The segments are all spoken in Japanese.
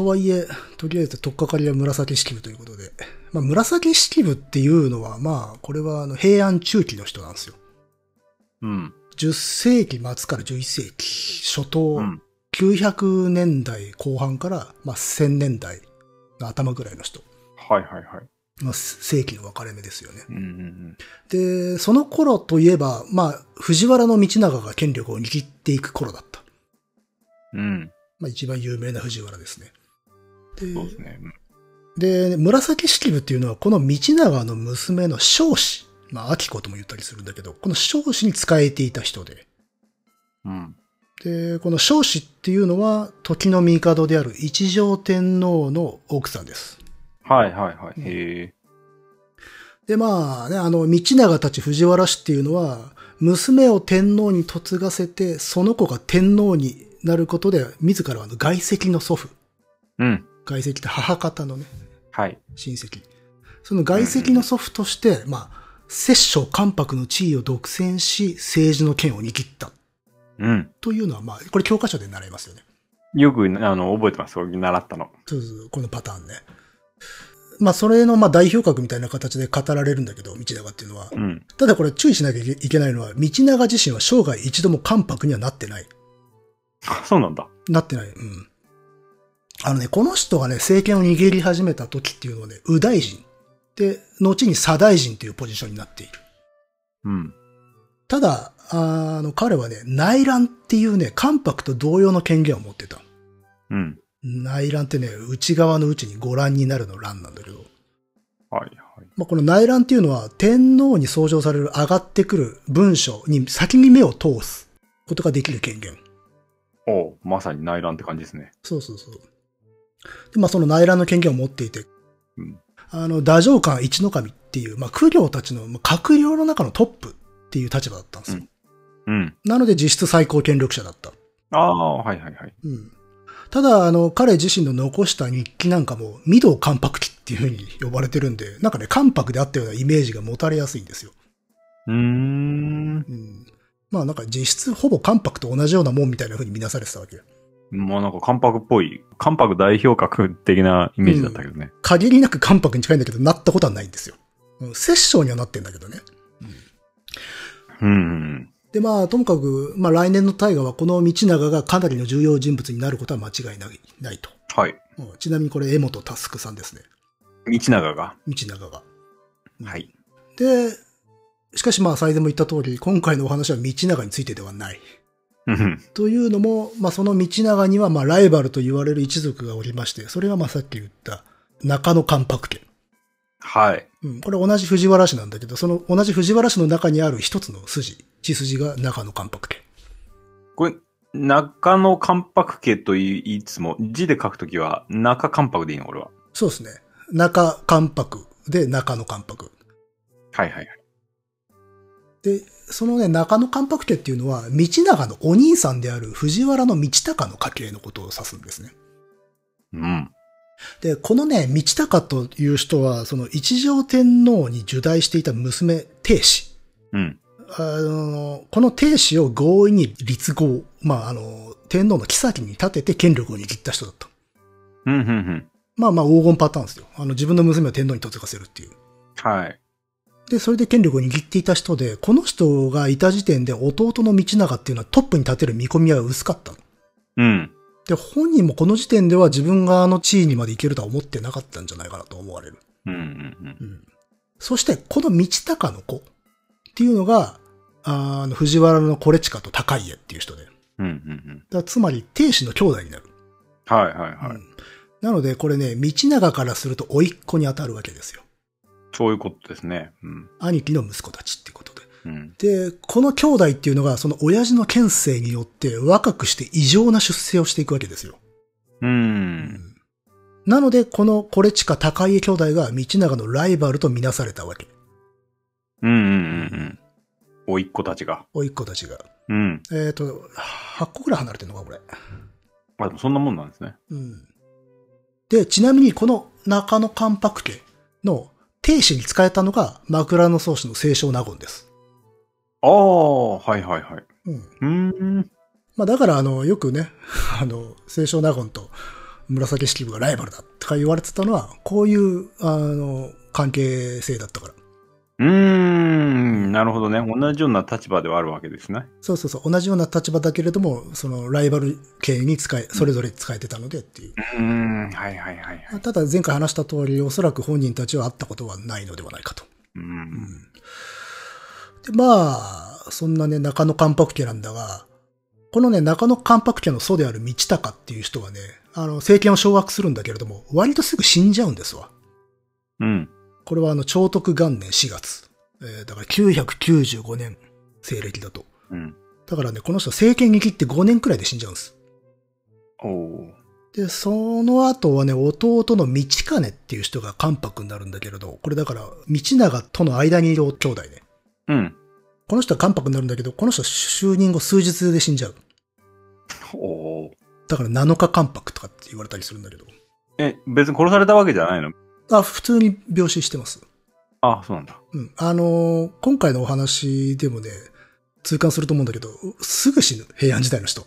はいえ、とりあえず、とっかかりは紫式部ということで。まあ、紫式部っていうのは、まあ、これは、あの、平安中期の人なんですよ。うん。 10世紀末から11世紀初頭、うん。 900年代後半から、まあ、1000年代の頭ぐらいの人。はいはいはい。まあ、世紀の分かれ目ですよね。うんうんで、その頃といえば、まあ、藤原道長が権力を握っていく頃だった。うん。うん。まあ、一番有名な藤原ですね。でそうですね。で、紫式部っていうのは、この道長の娘の彰子、まあ、明子とも言ったりするんだけど、この彰子に仕えていた人で、うん。で、この彰子っていうのは、時の帝である一条天皇の奥さんです。はいはいはい。へえ。で、まあね、あの、道長たち藤原氏っていうのは、娘を天皇に嫁がせて、その子が天皇になることで、自らはあの外戚の祖父、うん。外戚って母方のね、はい。親戚。その外戚の祖父として、まあ、摂政関白の地位を独占し、政治の権を握った。うん。というのは、まあ、これ教科書で習いますよね。よく、あの、覚えてます。これ習ったの。そうそうこのパターンね。まあ、それの、まあ、代表格みたいな形で語られるんだけど、道長っていうのは。うん。ただこれ注意しなきゃいけないのは、道長自身は生涯一度も関白にはなってない。あそうなんだ。なってない。うん。あのね、この人がね、政権を握り始めた時っていうのはね、右大臣。で、後に左大臣というポジションになっている。うん。ただ、あの、彼はね、内乱っていうね、関白と同様の権限を持ってた。うん。内乱ってね、内側の内にご覧になるの乱なんだけど、はいはい。まあ、この内乱っていうのは、天皇に奏上される上がってくる文書に先に目を通すことができる権限。おうまさに内乱って感じですね。そうそうそう。で、まあ、その内乱の権限を持っていて、うんあの、太政官一の神っていう、まあ、苦行たちの、まあ、閣僚の中のトップっていう立場だったんですよ。うん。なので、実質最高権力者だった。ああ、はいはいはい。うん。ただ、あの、彼自身の残した日記なんかも、御堂関白記っていうふうに呼ばれてるんで、なんかね、関白であったようなイメージが持たれやすいんですよ。うーん。うん。まあなんか実質ほぼ関白と同じようなもんみたいな風に見なされてたわけよ。もうなんか関白っぽい、関白代表格的なイメージだったけどね。限りなく関白に近いんだけど、なったことはないんですよ。うん摂政にはなってんだけどね。うん。うんで、まあ、ともかく、まあ来年の大河はこの道長がかなりの重要人物になることは間違いないないと。はい。うんちなみにこれ、江本佑さんですね。道長が。道長が。はい。で、しかしまあ、最前も言った通り、今回のお話は道長についてではない。うん。というのも、まあ、その道長には、まあ、ライバルと言われる一族がおりまして、それがまあ、さっき言った、中野関白家。はい。うん、これ同じ藤原氏なんだけど、その同じ藤原氏の中にある一つの筋、血筋が中野関白家。これ、中野関白家と言いつも、字で書くときは中関白でいいの俺は。そうですね。中関白で中野関白。はいはいはい。で、そのね、中野関白家っていうのは、道長のお兄さんである藤原の道隆の家系のことを指すんですね。うん。で、このね、道隆という人は、その一条天皇に受代していた娘、定子。うん。あの、この定子を強引に立合。まあ、あの、天皇の妃に立てて権力を握った人だった。うん、うん、うん。まあまあ黄金パターンですよ。あの、自分の娘を天皇に嫁がせるっていう。はい。で、それで権力を握っていた人で、この人がいた時点で弟の道長っていうのはトップに立てる見込みは薄かったの。うん。で、本人もこの時点では自分があの地位にまで行けるとは思ってなかったんじゃないかなと思われる。うん、うん、そして、この道隆の子っていうのが、あーあの、藤原のコレチカと高家っていう人で。だかうん。うん、うん、らつまり、定子の兄弟になる。うん。はい、はい、はい。うんなので、これね、道長からすると甥っ子に当たるわけですよ。そういうことですね。うん。兄貴の息子たちっていうことうん。で。で、この兄弟っていうのが、その親父の権勢によって若くして異常な出世をしていくわけですよ。うん。なので、このコレチカ高家兄弟が道長のライバルとみなされたわけ。うん、うん、うん。うんおいっ子たちが。甥っ子たちが。うん。えっ、と、8個ぐらい離れてるのか、これ。あ、でもそんなもんなんですね。うん。で、ちなみにこの中野関白家の亭主に仕えたのが枕草子の清少納言です。ああ、はい、はい、はい。うん。うーん。 まあだからあの、よくね、あの、清少納言と紫式部がライバルだとか言われてたのは、こういう、あの、関係性だったから。うーん、なるほどね。同じような立場ではあるわけですね。そうそうそう、同じような立場だけれども、そのライバル系に使え、それぞれ使えてたのでっていう。うーん、はいはいはいはい。ただ前回話した通り、おそらく本人たちは会ったことはないのではないかと。うん。で、まあ、そんなね、中野関白家なんだが、このね、中野関白家の祖である道隆っていう人はね、あの、政権を掌握するんだけれども、割とすぐ死んじゃうんですわ。うん。これはあの、長徳元年4月。えーだから995年、西暦だと。うん。だからね、この人は政権に切って5年くらいで死んじゃうんです。おお。で、その後はね、弟の道兼っていう人が関白になるんだけれど、これだから、道長との間にいる兄弟ね。うん。この人は関白になるんだけど、この人は就任後数日で死んじゃう。おお。だから7日関白とかって言われたりするんだけど。え、別に殺されたわけじゃないのあ、普通に病死してます。あ、そうなんだ。うん。あのー今回のお話でもね、痛感すると思うんだけど、すぐ死ぬ、平安時代の人は。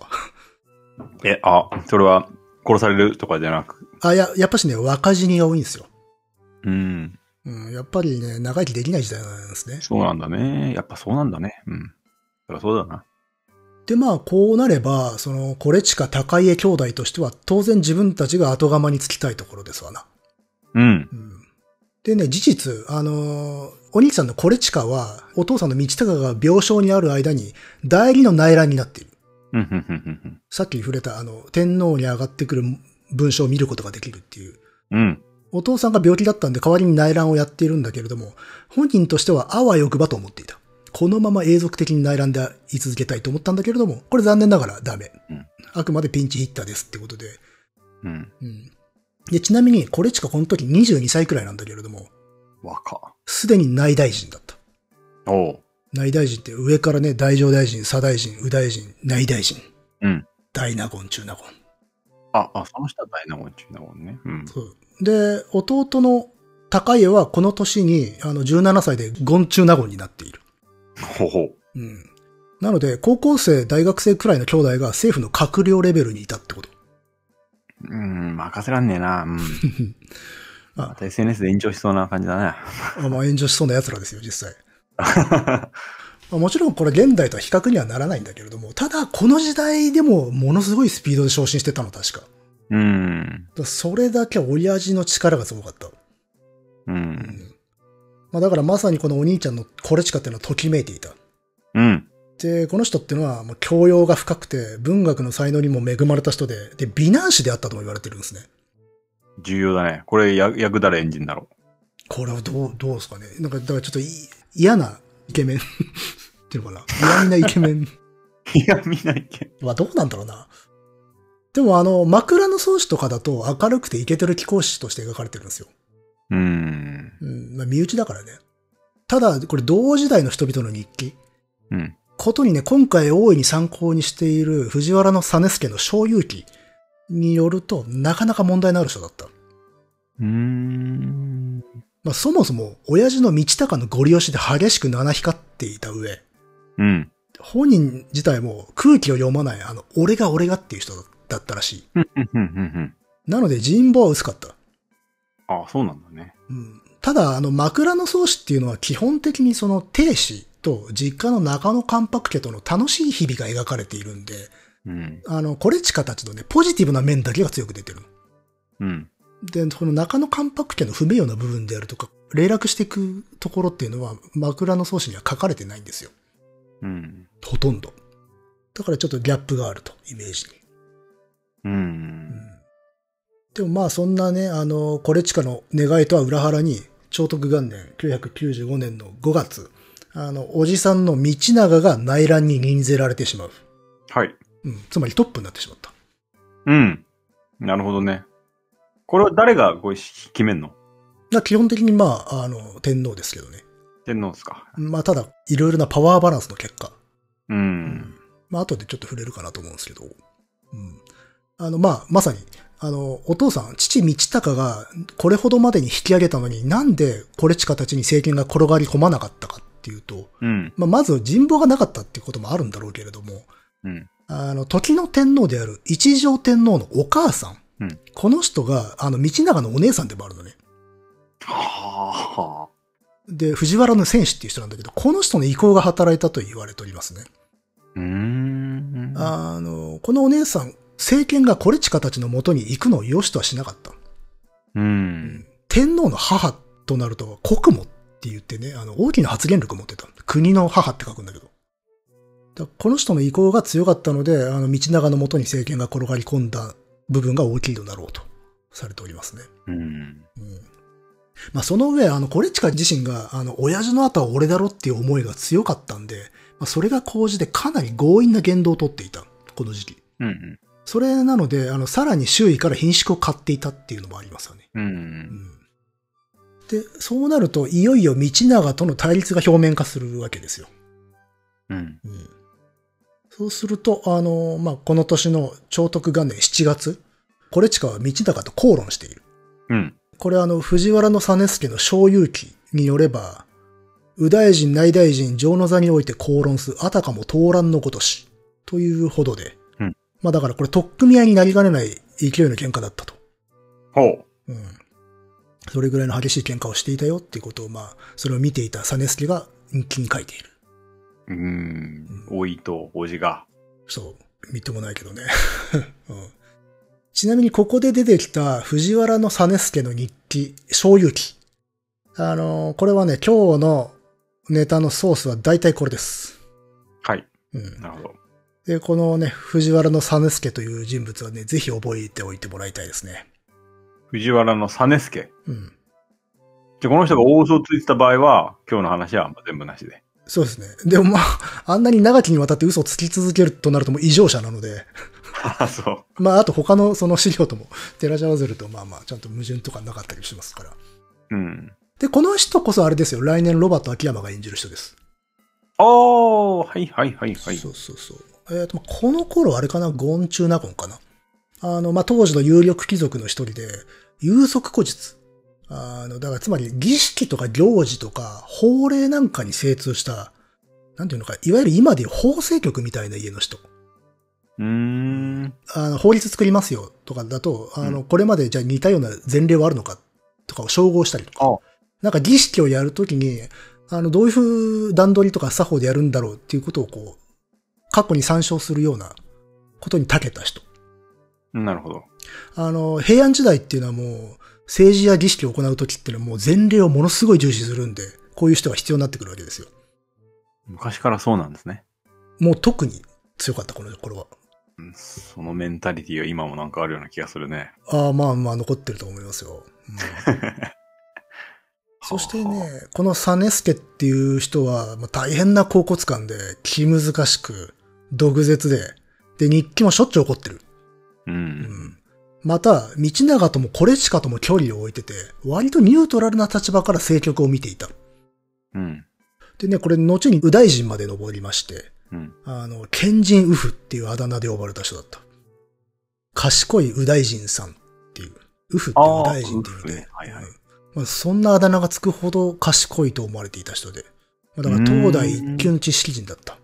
え、あ、それは殺されるとかじゃなく。あ、や、やっぱしね、若死にが多いんですよ。うん。うん、やっぱりね、長生きできない時代なんですね。そうなんだね。やっぱそうなんだね。うん。そりゃそうだな。で、まあ、こうなれば、その、コレチカ高家兄弟としては、当然自分たちが後釜につきたいところですわな。うん。うん。でね、事実、あのーお兄さんのコレチカは、お父さんの道隆が病床にある間に、代理の内乱になっている。うん、うん、うん、さっき触れた、あの、天皇に上がってくる文章を見ることができるっていう。うん。うん。お父さんが病気だったんで代わりに内乱をやっているんだけれども、本人としてはあわよくばと思っていた。このまま永続的に内乱で居続けたいと思ったんだけれども、これ残念ながらダメ。うんあくまでピンチヒッターですってことで。うん。うん、でちなみに、コレチカこの時22歳くらいなんだけれども、若。すでに内大臣だった。おお。内大臣って上からね、大乗大臣、左大臣、右大臣、内大臣、うん。大納言、中納言。あ、あ、その人は大納言中納言ね。うん。そうで、弟の高家はこの年に、あの、17歳でゴン中納言になっている。 ほほう。うん。なので、高校生、大学生くらいの兄弟が政府の閣僚レベルにいたってこと。うん、任せらんねえな。 うん。あまた SNS で延長しそうな感じだね。あまあ、炎上しそうな奴らですよ、実 際。まあもちろんこれ現代とは比較にはならないんだけれども、ただこの時代でもものすごいスピードで昇進してたの、確か。だかうん。らそれだけ親父の力がすごかった。う。うんん。まあだからまさにこのお兄ちゃんのコレチカっていうのはときめいていた。うん。で、この人っていうのは、もう教養が深くて、文学の才能にも恵まれた人で、で、美男子であったとも言われてるんですね。重要だね。これ、や役誰演じんだろこれはどう、どうですかね。なんか、だからちょっとい嫌なイケメン っていうのかな。嫌味なイケメ ンう。いや、見ないけん。はどうなんだろうな。でもあの、枕草子とかだと明るくてイケてる貴公子として描かれてるんですよ。うん。うん、まあ身内だからね。ただ、これ同時代の人々の日記。うん。ことにね、今回大いに参考にしている藤原の実助の小遊記によると、なかなか問題のある人だった。うーん。まあ、そもそも、親父の道隆のご利用しで激しく七光っていた上、うん。本人自体も空気を読まない、あの、俺が俺がっていう人だったらしい。うん。うん。うんうん。なので人望は薄かった。あ、そうなんだね。うん、ただ、あの、枕草子っていうのは基本的にその亭主と実家の中野関白家との楽しい日々が描かれているんで、うん。あの、コレチカたちのね、ポジティブな面だけが強く出てる。うん。で、この中野関白家の不名誉な部分であるとか、霊落していくところっていうのは、枕草子には書かれてないんですよ。うん。ほとんど。だからちょっとギャップがあると、イメージに。うん。でもまあそんなね、あの、コレチカの願いとは裏腹に、長徳元年995年の5月、あの、おじさんの道長が内乱に任ぜられてしまう。はい。うん、つまりトップになってしまった。うん。なるほどね。これは誰がこうし決めんのな基本的にまあ、あの、天皇ですけどね。天皇っすか。まあただ、いろいろなパワーバランスの結果。うん。まあ後でちょっと触れるかなと思うんですけど。うん。あの、まあ、まさに、あの、お父さん、父道隆がこれほどまでに引き上げたのになんでコレチカたちに政権が転がり込まなかったかっていうと、うん。まあ、まず人望がなかったっていうこともあるんだろうけれども、うん。あの、時の天皇である一条天皇のお母さんうんこの人が、あの、道長のお姉さんでもあるのね。はで、藤原の戦士っていう人なんだけど、この人の意向が働いたと言われておりますね。あ。うーん。あの、このお姉さん、政権がコレチカたちの元に行くのを良しとはしなかった。うん。天皇の母となると、国母って言ってね、あの、大きな発言力持ってた。国の母って書くんだけど。だこの人の意向が強かったので、あの、道長のもとに政権が転がり込んだ部分が大きいのだろうとされておりますね。うん。うん。まあ、その上、あの、コレチカ自身が、あの、親父の後は俺だろっていう思いが強かったんで、まあ、それが高じてかなり強引な言動をとっていた。この時期。うん。それなので、あの、さらに周囲から貧縮を買っていたっていうのもありますよね。う。うんんで、そうなると、いよいよ道長との対立が表面化するわけですよ。うん。うんそうすると、あの、まあ、この年の長徳元年7月、コレチカは道長と口論している。うん。これあの、藤原実助の小遊記によれば、右大臣、内大臣、上の座において口論す、あたかも討乱のごとし、というほどで、うんまあだからこれ、取っ組み合いになりかねない勢いの喧嘩だったと。ほう。うん。それぐらいの激しい喧嘩をしていたよっていうことを、まあ、それを見ていた実助が日記に書いている。うん。おいと、おじが。そう、みっともないけどね。 うんちなみにここで出てきた藤原の実助の日記、小遊記。あのーこれはね、今日のネタのソースは大体これです。はい。うん。なるほど。で、このね、藤原の実助という人物はね、ぜひ覚えておいてもらいたいですね。藤原の実助。うん。じゃあ、この人が大嘘をついてた場合は、今日の話は全部なしで。そうですね。でもまあ、あんなに長きにわたって嘘をつき続けるとなるともう異常者なので、あそう。まあ、あと他のその資料とも 照らし合わせると、まあまあ、ちゃんと矛盾とかなかったりしますから。うん。で、この人こそあれですよ。来年ロバート秋山が演じる人です。おー、はいはいはいはい。そうそうそう。えーと、この頃あれかなゴンチュナゴンかなあの、まあ、当時の有力貴族の一人で、有足古術。あの、だからつまり儀式とか行事とか法令なんかに精通した、なんていうのか、いわゆる今でいう法制局みたいな家の人。うーん。あの、法律作りますよとかだと、あの、これまでじゃあ似たような前例はあるのかとかを照合したりとあか、なんか儀式をやるときに、あの、どういう風段取りとか作法でやるんだろうっていうことをこう、過去に参照するようなことに長けた人。なるほど。あの、平安時代っていうのはもう、政治や儀式を行うときっていうのはもう前例をものすごい重視するんで、こういう人が必要になってくるわけですよ。昔からそうなんですね。もう特に強かった、この頃は。うんそのメンタリティが今もなんかあるような気がするね。ああ、まあまあ残ってると思いますよ。うんそしてはあね、このサネスケっていう人は、まあ、大変な恍骨感で、気難しく、毒舌で、で、日記もしょっちゅう怒ってる。う。うんん。また、道長ともコレチカとも距離を置いてて、割とニュートラルな立場から政局を見ていた。うん。でね、これ、後に右大臣まで上りまして、うん。あの、賢人ウフっていうあだ名で呼ばれた人だった。賢い右大臣さんっていう。ウフって右大臣っていうあーウフねね。はいはいうんまあ、そんなあだ名がつくほど賢いと思われていた人で。まあ、だから東大一級の知識人だった。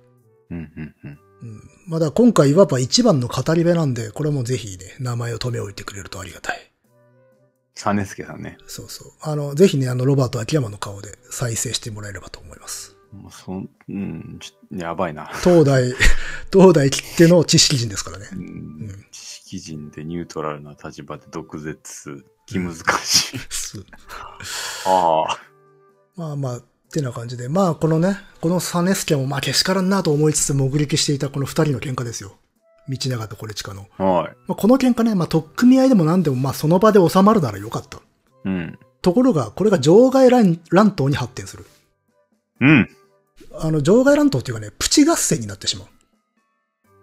うん。うん。うん。うん。まあ、だから今回いわば一番の語り部なんで、これもぜひね、名前を留め置いてくれるとありがたい。サネスケさんね。そうそう。あの、ぜひね、あの、ロバート秋山の顔で再生してもらえればと思います。もうそん、うん、ちょやばいな。東大、 東大切手の知識人ですからねう。んうん知識人でニュートラルな立場で毒舌、気難しい。ああ。まあまあ、ってな感じで、まあこのね、このサネスケもまあけしからんなと思いつつ目撃していたこの二人の喧嘩ですよ。道長とコレチカの。 はい。まあ、この喧嘩ね、まあ取っ組み合いでも何でもまあその場で収まるならよかった。うん。ところが、これが場外乱乱闘に発展する。うん。あの、場外乱闘っていうかね、プチ合戦になってしまう。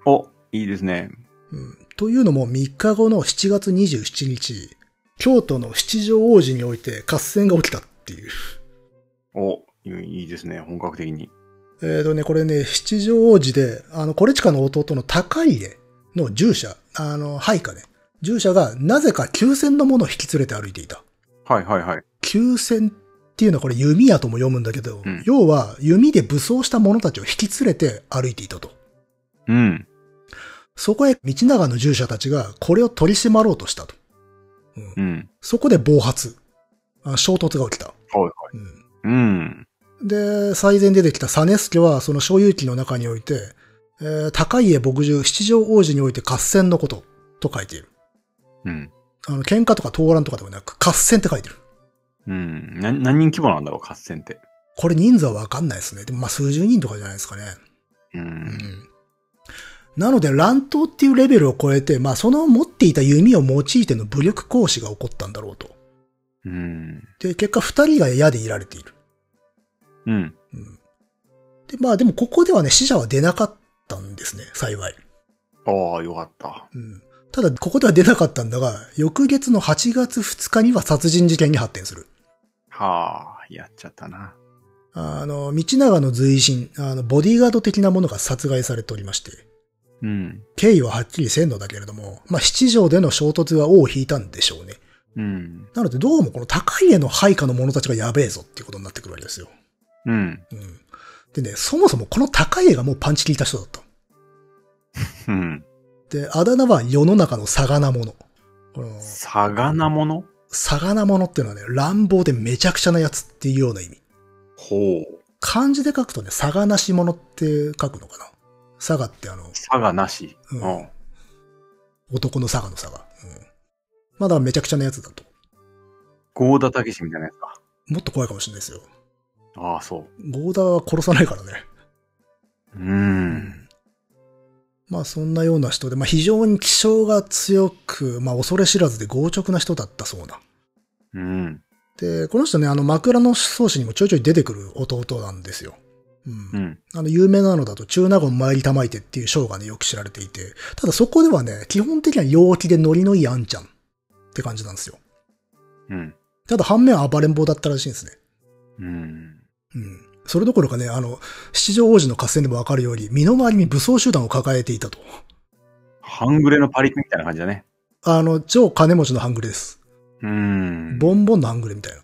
お、いいですね。うん。というのも3日後の7月27日、京都の七条王子において合戦が起きたっていう。お、いいいいですね。本格的に。えーとね、これね、七条王子で、あの、コレチカの弟の高家の従者、あの、配下ね。従者がなぜか急戦のものを引き連れて歩いていた。はいはいはい。急戦っていうのはこれ弓矢とも読むんだけど、うん要は弓で武装した者たちを引き連れて歩いていたと。うん。そこへ道長の従者たちがこれを取り締まろうとしたと。うんうん。そこで暴発。あ衝突が起きた。はいはい。うんうん。で、最前出てきた実助は、その所有記の中において、えー高家牧獣七条王子において合戦のことと書いている。うん。あの、喧嘩とか討論とかではなく、合戦って書いてる。うん。な、何人規模なんだろう、合戦って。これ人数はわかんないですね。でもまあ数十人とかじゃないですかね。う。うんん。なので乱闘っていうレベルを超えて、まあその持っていた弓を用いての武力行使が起こったんだろうと。うん。で、結果二人が矢でいられている。うん。うん。で、まあでもここではね、死者は出なかったんですね、幸い。ああ、よかった。うん。ただ、ここでは出なかったんだが、翌月の8月2日には殺人事件に発展する。はあ、やっちゃったな。あの、道長の随身、あの、ボディーガード的なものが殺害されておりまして、うん。経緯ははっきりせんのだけれども、まあ、七条での衝突が尾を引いたんでしょうね。うん。なので、どうもこの高家の配下の者たちがやべえぞっていうことになってくるわけですよ。うん。うん。でね、そもそもこの高家がもうパンチ効いた人だった。うん。で、あだ名は世の中のサガナ者。この、魚ものサガナ者っていうのはね、乱暴でめちゃくちゃなやつっていうような意味。ほう。漢字で書くとね、差がなし者って書くのかな。差がってあの、佐賀なし。うんうん。男の差がの差が。うん。まあだからめちゃくちゃなやつだと。ゴーダタケシみたいなやつか。もっと怖いかもしれないですよ。ああ、そゴーダは殺さないからね。う。うん。まあそんなような人で、まあ非常に気性が強く、まあ恐れ知らずで強直な人だったそうな。うん。で、この人ね、あの枕の創始にもちょいちょい出てくる弟なんですよ。う。うんん。あの、有名なのだと、中納言参りたまいてっていう章がね、よく知られていて、ただそこではね、基本的には陽気でノリのいいあんちゃんって感じなんですよ。うん。ただ反面暴れん坊だったらしいんですね。うん。うん。それどころかね、あの、七条王子の合戦でもわかるように、身の回りに武装集団を抱えていたと。半グレのパリピみたいな感じだね。あの、超金持ちの半グレです。うん。ボンボンの半グレみたいな。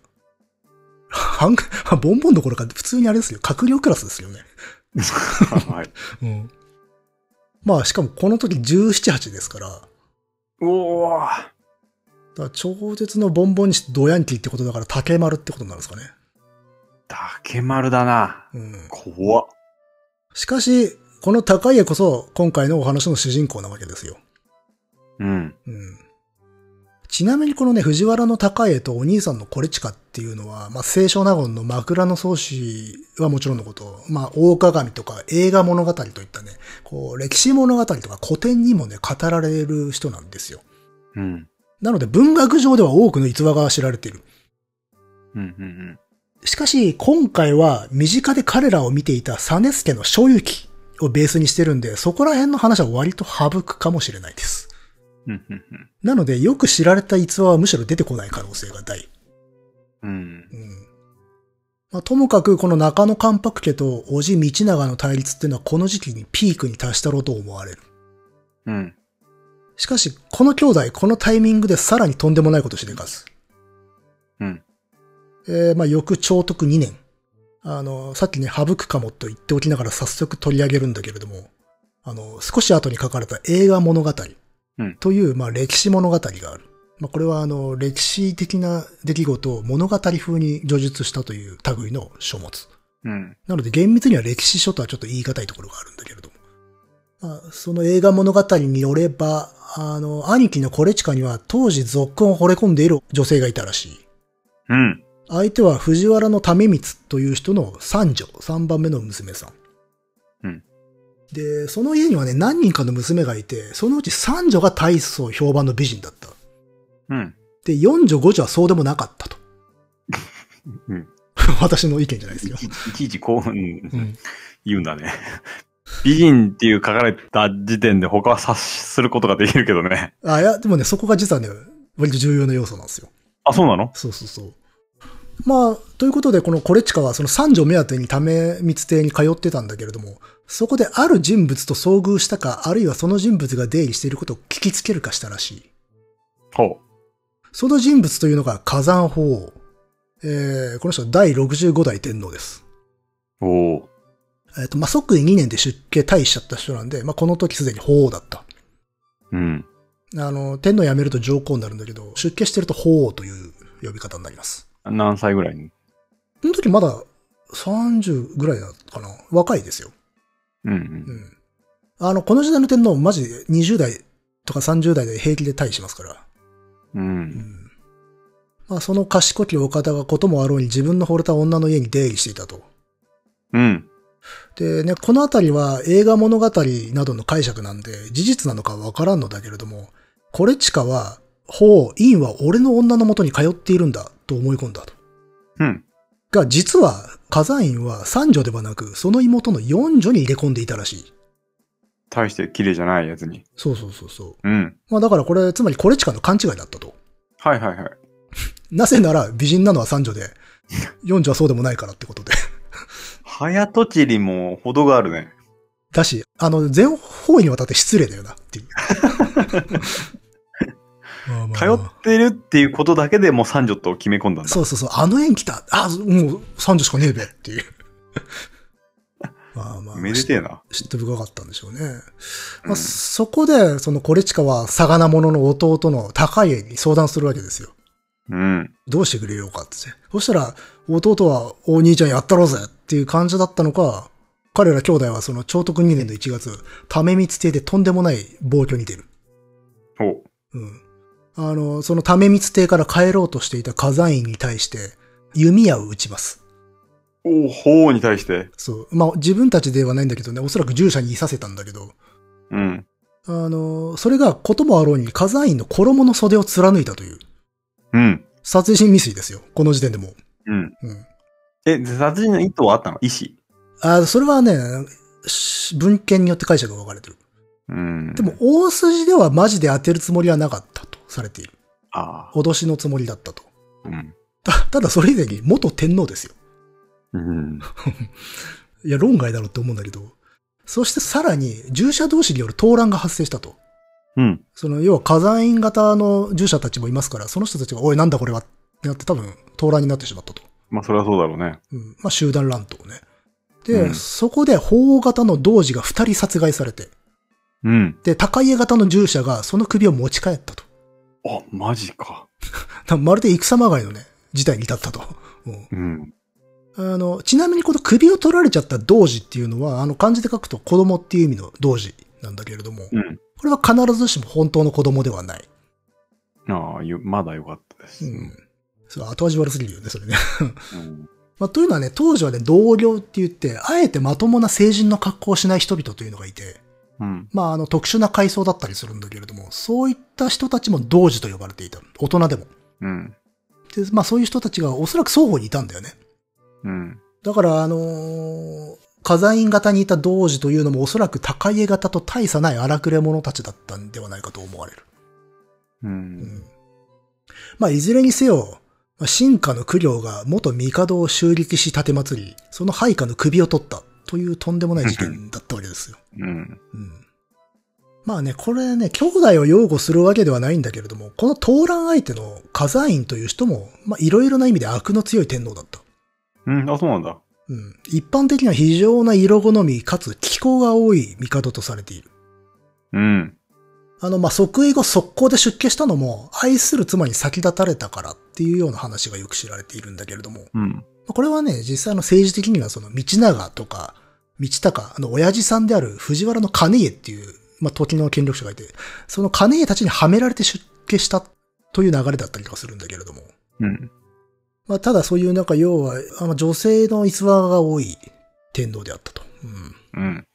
半グ レ、ボンボンどころか、普通にあれですよ。閣僚クラスですよね。はい。うん。まあ、しかもこの時17、8ですから、だかおお。ら超絶のボンボンにしてドヤンキーってことだから竹丸ってことになるんですかね。竹丸だな。うん。怖っ。しかし、この高家こそ今回のお話の主人公なわけですよ。うん。うん。ちなみにこのね、藤原の高家とお兄さんのコレチカっていうのは、まあ、清少納言の枕草子はもちろんのこと、まあ、大鏡とか映画物語といったね、こう、歴史物語とか古典にもね、語られる人なんですよ。うん。なので文学上では多くの逸話が知られている。うん。うん。しかし、今回は身近で彼らを見ていた実助の所有記をベースにしてるんで、そこら辺の話は割と省くかもしれないです。うん。うん。なので、よく知られた逸話はむしろ出てこない可能性が大。うん。うんまあ、ともかくこの中野関白家と叔父道長の対立っていうのはこの時期にピークに達したろうと思われる。うん。しかし、この兄弟、このタイミングでさらにとんでもないことをしていかず。うん。えーまあ、翌長徳2年。あの、さっきね、省くかもと言っておきながら早速取り上げるんだけれども、あの、少し後に書かれた映画物語うん。という、まあ、歴史物語がある。まあ、これはあの、歴史的な出来事を物語風に叙述したという類の書物。うん。なので厳密には歴史書とはちょっと言い難いところがあるんだけれども。まあ、その映画物語によれば、あの、兄貴のコレチカには当時続婚を惚れ込んでいる女性がいたらしい。うん。相手は藤原の為光という人の三女、三番目の娘さん。うんで、その家にはね、何人かの娘がいて、そのうち三女が大層評判の美人だった。うん。で、四女、五女はそうでもなかったと。うん。 私の意見じゃないですいよち。いちいちこう、うんう、ん。言うんだ ね。美人っていう書かれた時点で他は察することができるけどね。あ、いや、でもね、そこが実はね、割と重要な要素なんですよ。あ、そうなのそうそうそう。まあ、ということで、このコレチカはその三女目当てに為光邸に通ってたんだけれども、そこである人物と遭遇したか、あるいはその人物が出入りしていることを聞きつけるかしたらしい。ほその人物というのが火山法王。えー、この人は第65代天皇です。う。おお。えっ、と、まあ、即位2年で出家退位しちゃった人なんで、まあ、この時すでに法王だった。うん。あの、天皇辞めると上皇になるんだけど、出家してると法皇という呼び方になります。何歳ぐらいにその時まだ30ぐらいだったかな。若いですよ。うんう。うんん。あの、この時代の天皇、マジで20代とか30代で平気で退位しますから。う。うんん。まあ、その賢きお方がこともあろうに自分の惚れた女の家に出入りしていたと。うん。でね、このあたりは映画物語などの解釈なんで、事実なのかわからんのだけれども、コレチカは、ほう、インは俺の女の元に通っているんだ、と思い込んだと。うん。が、実は、火山院は三女ではなく、その妹の四女に入れ込んでいたらしい。大して綺麗じゃないやつに。そうそうそうそう。うん。まあだからこれ、つまりコレチカの勘違いだったと。はいはいはい。なぜなら、美人なのは三女で、四女はそうでもないからってことで。早とちりも程があるね。だし、あの、全方位にわたって失礼だよな、って いう。まあまあ通まあってるっていうことだけでもう三女と決め込んだんだ。そうそうそう、あの縁来た。あ、もう三女しかねえべっていう。まあまあ、めでてえな。嫉妬深かったんでしょうね。うまあ、んそこで、そのコレチカは、サガナモノの弟の高家に相談するわけですよ。うん。どうしてくれようかって。そしたら、弟は、お兄ちゃんやったろうぜっていう感じだったのか、彼ら兄弟はその長徳2年の1月、為光邸でとんでもない暴挙に出る。ほうん。あの、その為光邸から帰ろうとしていた火山院に対して、弓矢を撃ちます。う。おほうに対して。そう。まあ、自分たちではないんだけどね、おそらく従者にいさせたんだけど、うん。あの、それがこともあろうに、火山院の衣の袖を貫いたという、うん。殺人未遂ですよ。この時点でもうん。う。うん。え、殺人の意図はあったの意思。あそれはね、し文献によって解釈が分かれてる。うん。でも、、大筋ではマジで当てるつもりはなかったとされている。ああ。脅しのつもりだったと。うん。たただ、それ以前に元天皇ですよ。うん。いや、論外だろうって思うんだけど。そしてさらに、従者同士による盗乱が発生したと。うん。その、要は火山院型の従者たちもいますから、その人たちが、おい、なんだこれはってなって多分、盗乱になってしまったと。まあ、それはそうだろうね。うん。まあ、集団乱闘ね。で、うんそこで、法王型の同士が二人殺害されて、うん。で、高家型の従者がその首を持ち帰ったと。あ、マジか。なまるで戦まがいのね、事態に至ったと。うんうん。あの、ちなみにこの首を取られちゃった同士っていうのは、あの、漢字で書くと子供っていう意味の同士なんだけれども、うん。これは必ずしも本当の子供ではない。ああ、よまだよかったです。うん。そう、後味悪すぎるよね、それね。 うん。まあ、というのはね、当時はね、同僚って言って、あえてまともな成人の格好をしない人々というのがいて、うん。まあ、あの、特殊な階層だったりするんだけれども、そういった人たちも同時と呼ばれていた。大人でも。うん。で、まあ、そういう人たちがおそらく双方にいたんだよね。うん。だから、あのー火山院型にいた同時というのもおそらく高家型と大差ない荒くれ者たちだったんではないかと思われる。う。うんん。まあ、いずれにせよ、まあ進化の苦行が元帝を襲撃し立て祭り、その配下の首を取ったというとんでもない事件だったわけですよ。うん。うん。まあね、これね、兄弟を擁護するわけではないんだけれども、この討乱相手の火山院という人も、まあ、いろいろな意味で悪の強い天皇だった。うん。あ、そうなんだ。うん。一般的には非常な色好み、かつ気候が多い帝とされている。うん。あの、まあ、即位後速攻で出家したのも、愛する妻に先立たれたからっていうような話がよく知られているんだけれども、まうん。あこれはね、実際の政治的にはその、道長とか、道高、あの、親父さんである藤原の兼家っていう、まあ、時の権力者がいて、その兼家たちにはめられて出家したという流れだったりとかするんだけれども、うん。まあ、ただそういうなんか、要は、あの、女性の逸話が多い天皇であったと。うん。うん。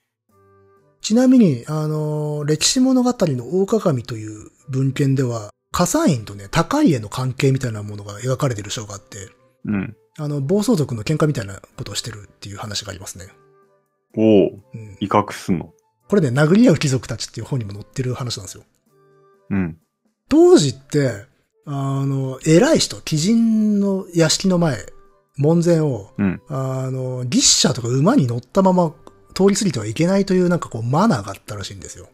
ちなみに、あの、歴史物語の大鏡という文献では、火山院とね、高家の関係みたいなものが描かれている章があって、うん。あの、暴走族の喧嘩みたいなことをしてるっていう話がありますね。おお、うん、威嚇すんの。これね、殴り合う貴族たちっていう本にも載ってる話なんですよ。うん。当時って、あの、偉い人、貴人の屋敷の前、門前を、うんあの、牛車とか馬に乗ったまま通り過ぎてはいけないというなんかこうマナーがあったらしいんですよ。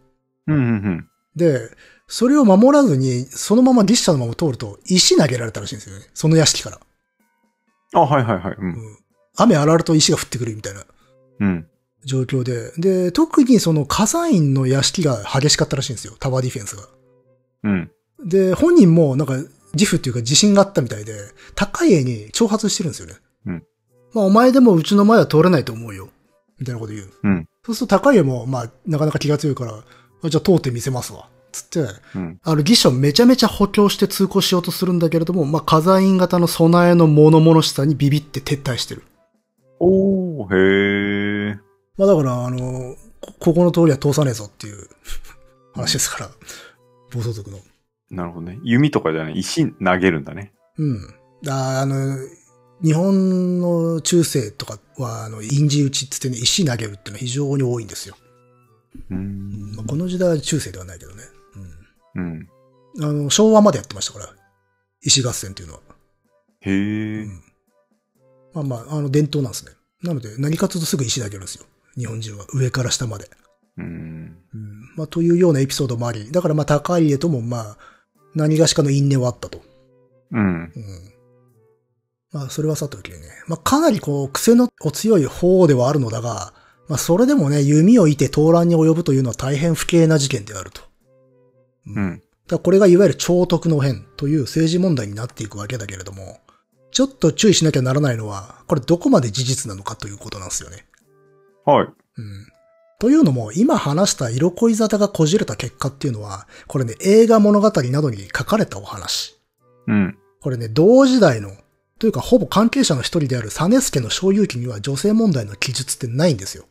うん。うん。で、それを守らずに、そのまま牛車のまま通ると、石投げられたらしいんですよね。その屋敷から。あ、はいはいはい。う。うんん、雨あらると石が降ってくるみたいなうん。状況で。で、特にその火山院の屋敷が激しかったらしいんですよ。タワーディフェンスが。うん。で、本人もなんか自負っていうか自信があったみたいで、高い絵に挑発してるんですよね。うんまあ、お前でもうちの前は通れないと思うよ。みたいなこと言う。うん。そうすると高家も、まあ、なかなか気が強いから、あじゃあ通ってみせますわ。つって、うん。あの、技師をめちゃめちゃ補強して通行しようとするんだけれども、まあ、火山院型の備えの物々しさにビビって撤退してる。おー、へー。まあ、だから、あの、こここの通りは通さねえぞっていう話ですから、暴走族の。なるほどね。弓とかじゃない。石投げるんだね。うん。ああの、日本の中世とかは、あの、印字打ちっつってね、石投げるっていうのは非常に多いんですよ。う。うんんまあ、この時代は中世ではないけどね。うん。うん。あの、昭和までやってましたから、石合戦っていうのは。へー。うん、まあまあ、あの、伝統なんですね。なので、何かとすぐ石投げるんですよ。日本人は。上から下まで。うん。うん。まあ、というようなエピソードもあり、だからまあ、高家ともまあ、何がしかの因縁はあったと。うん。うん。まあ、それはさておきね。まあ、かなりこう、癖のお強い方ではあるのだが、まあ、それでもね、弓を射て盗乱に及ぶというのは大変不敬な事件であると。ううん。だからこれがいわゆる超徳の変という政治問題になっていくわけだけれども、ちょっと注意しなきゃならないのは、これどこまで事実なのかということなんですよね。はい。うん。というのも、今話した色恋沙汰がこじれた結果っていうのは、これね、映画物語などに書かれたお話。うん。これね、同時代の、というかほぼ関係者の一人である実ネの小遊記には女性問題の記述ってないんですよ。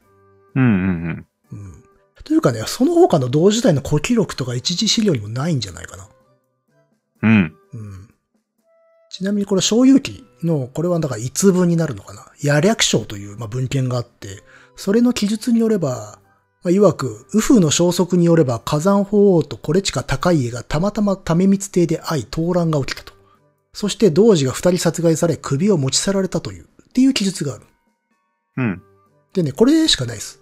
うんうんうん。うん。というかね、その他の同時代の古記録とか一時資料にもないんじゃないかな。うん。うん。ちなみにこれ、小遊記の、これはだから、いつ文になるのかな。野略章という、まあ、文献があって、それの記述によれば、まあ、曰く、右風の消息によれば、火山法王とコレチカ高家がたまたま為光邸で会い、盗乱が起きたと。そして、同時が二人殺害され、首を持ち去られたという、っていう記述がある。うん。でね、これしかないです。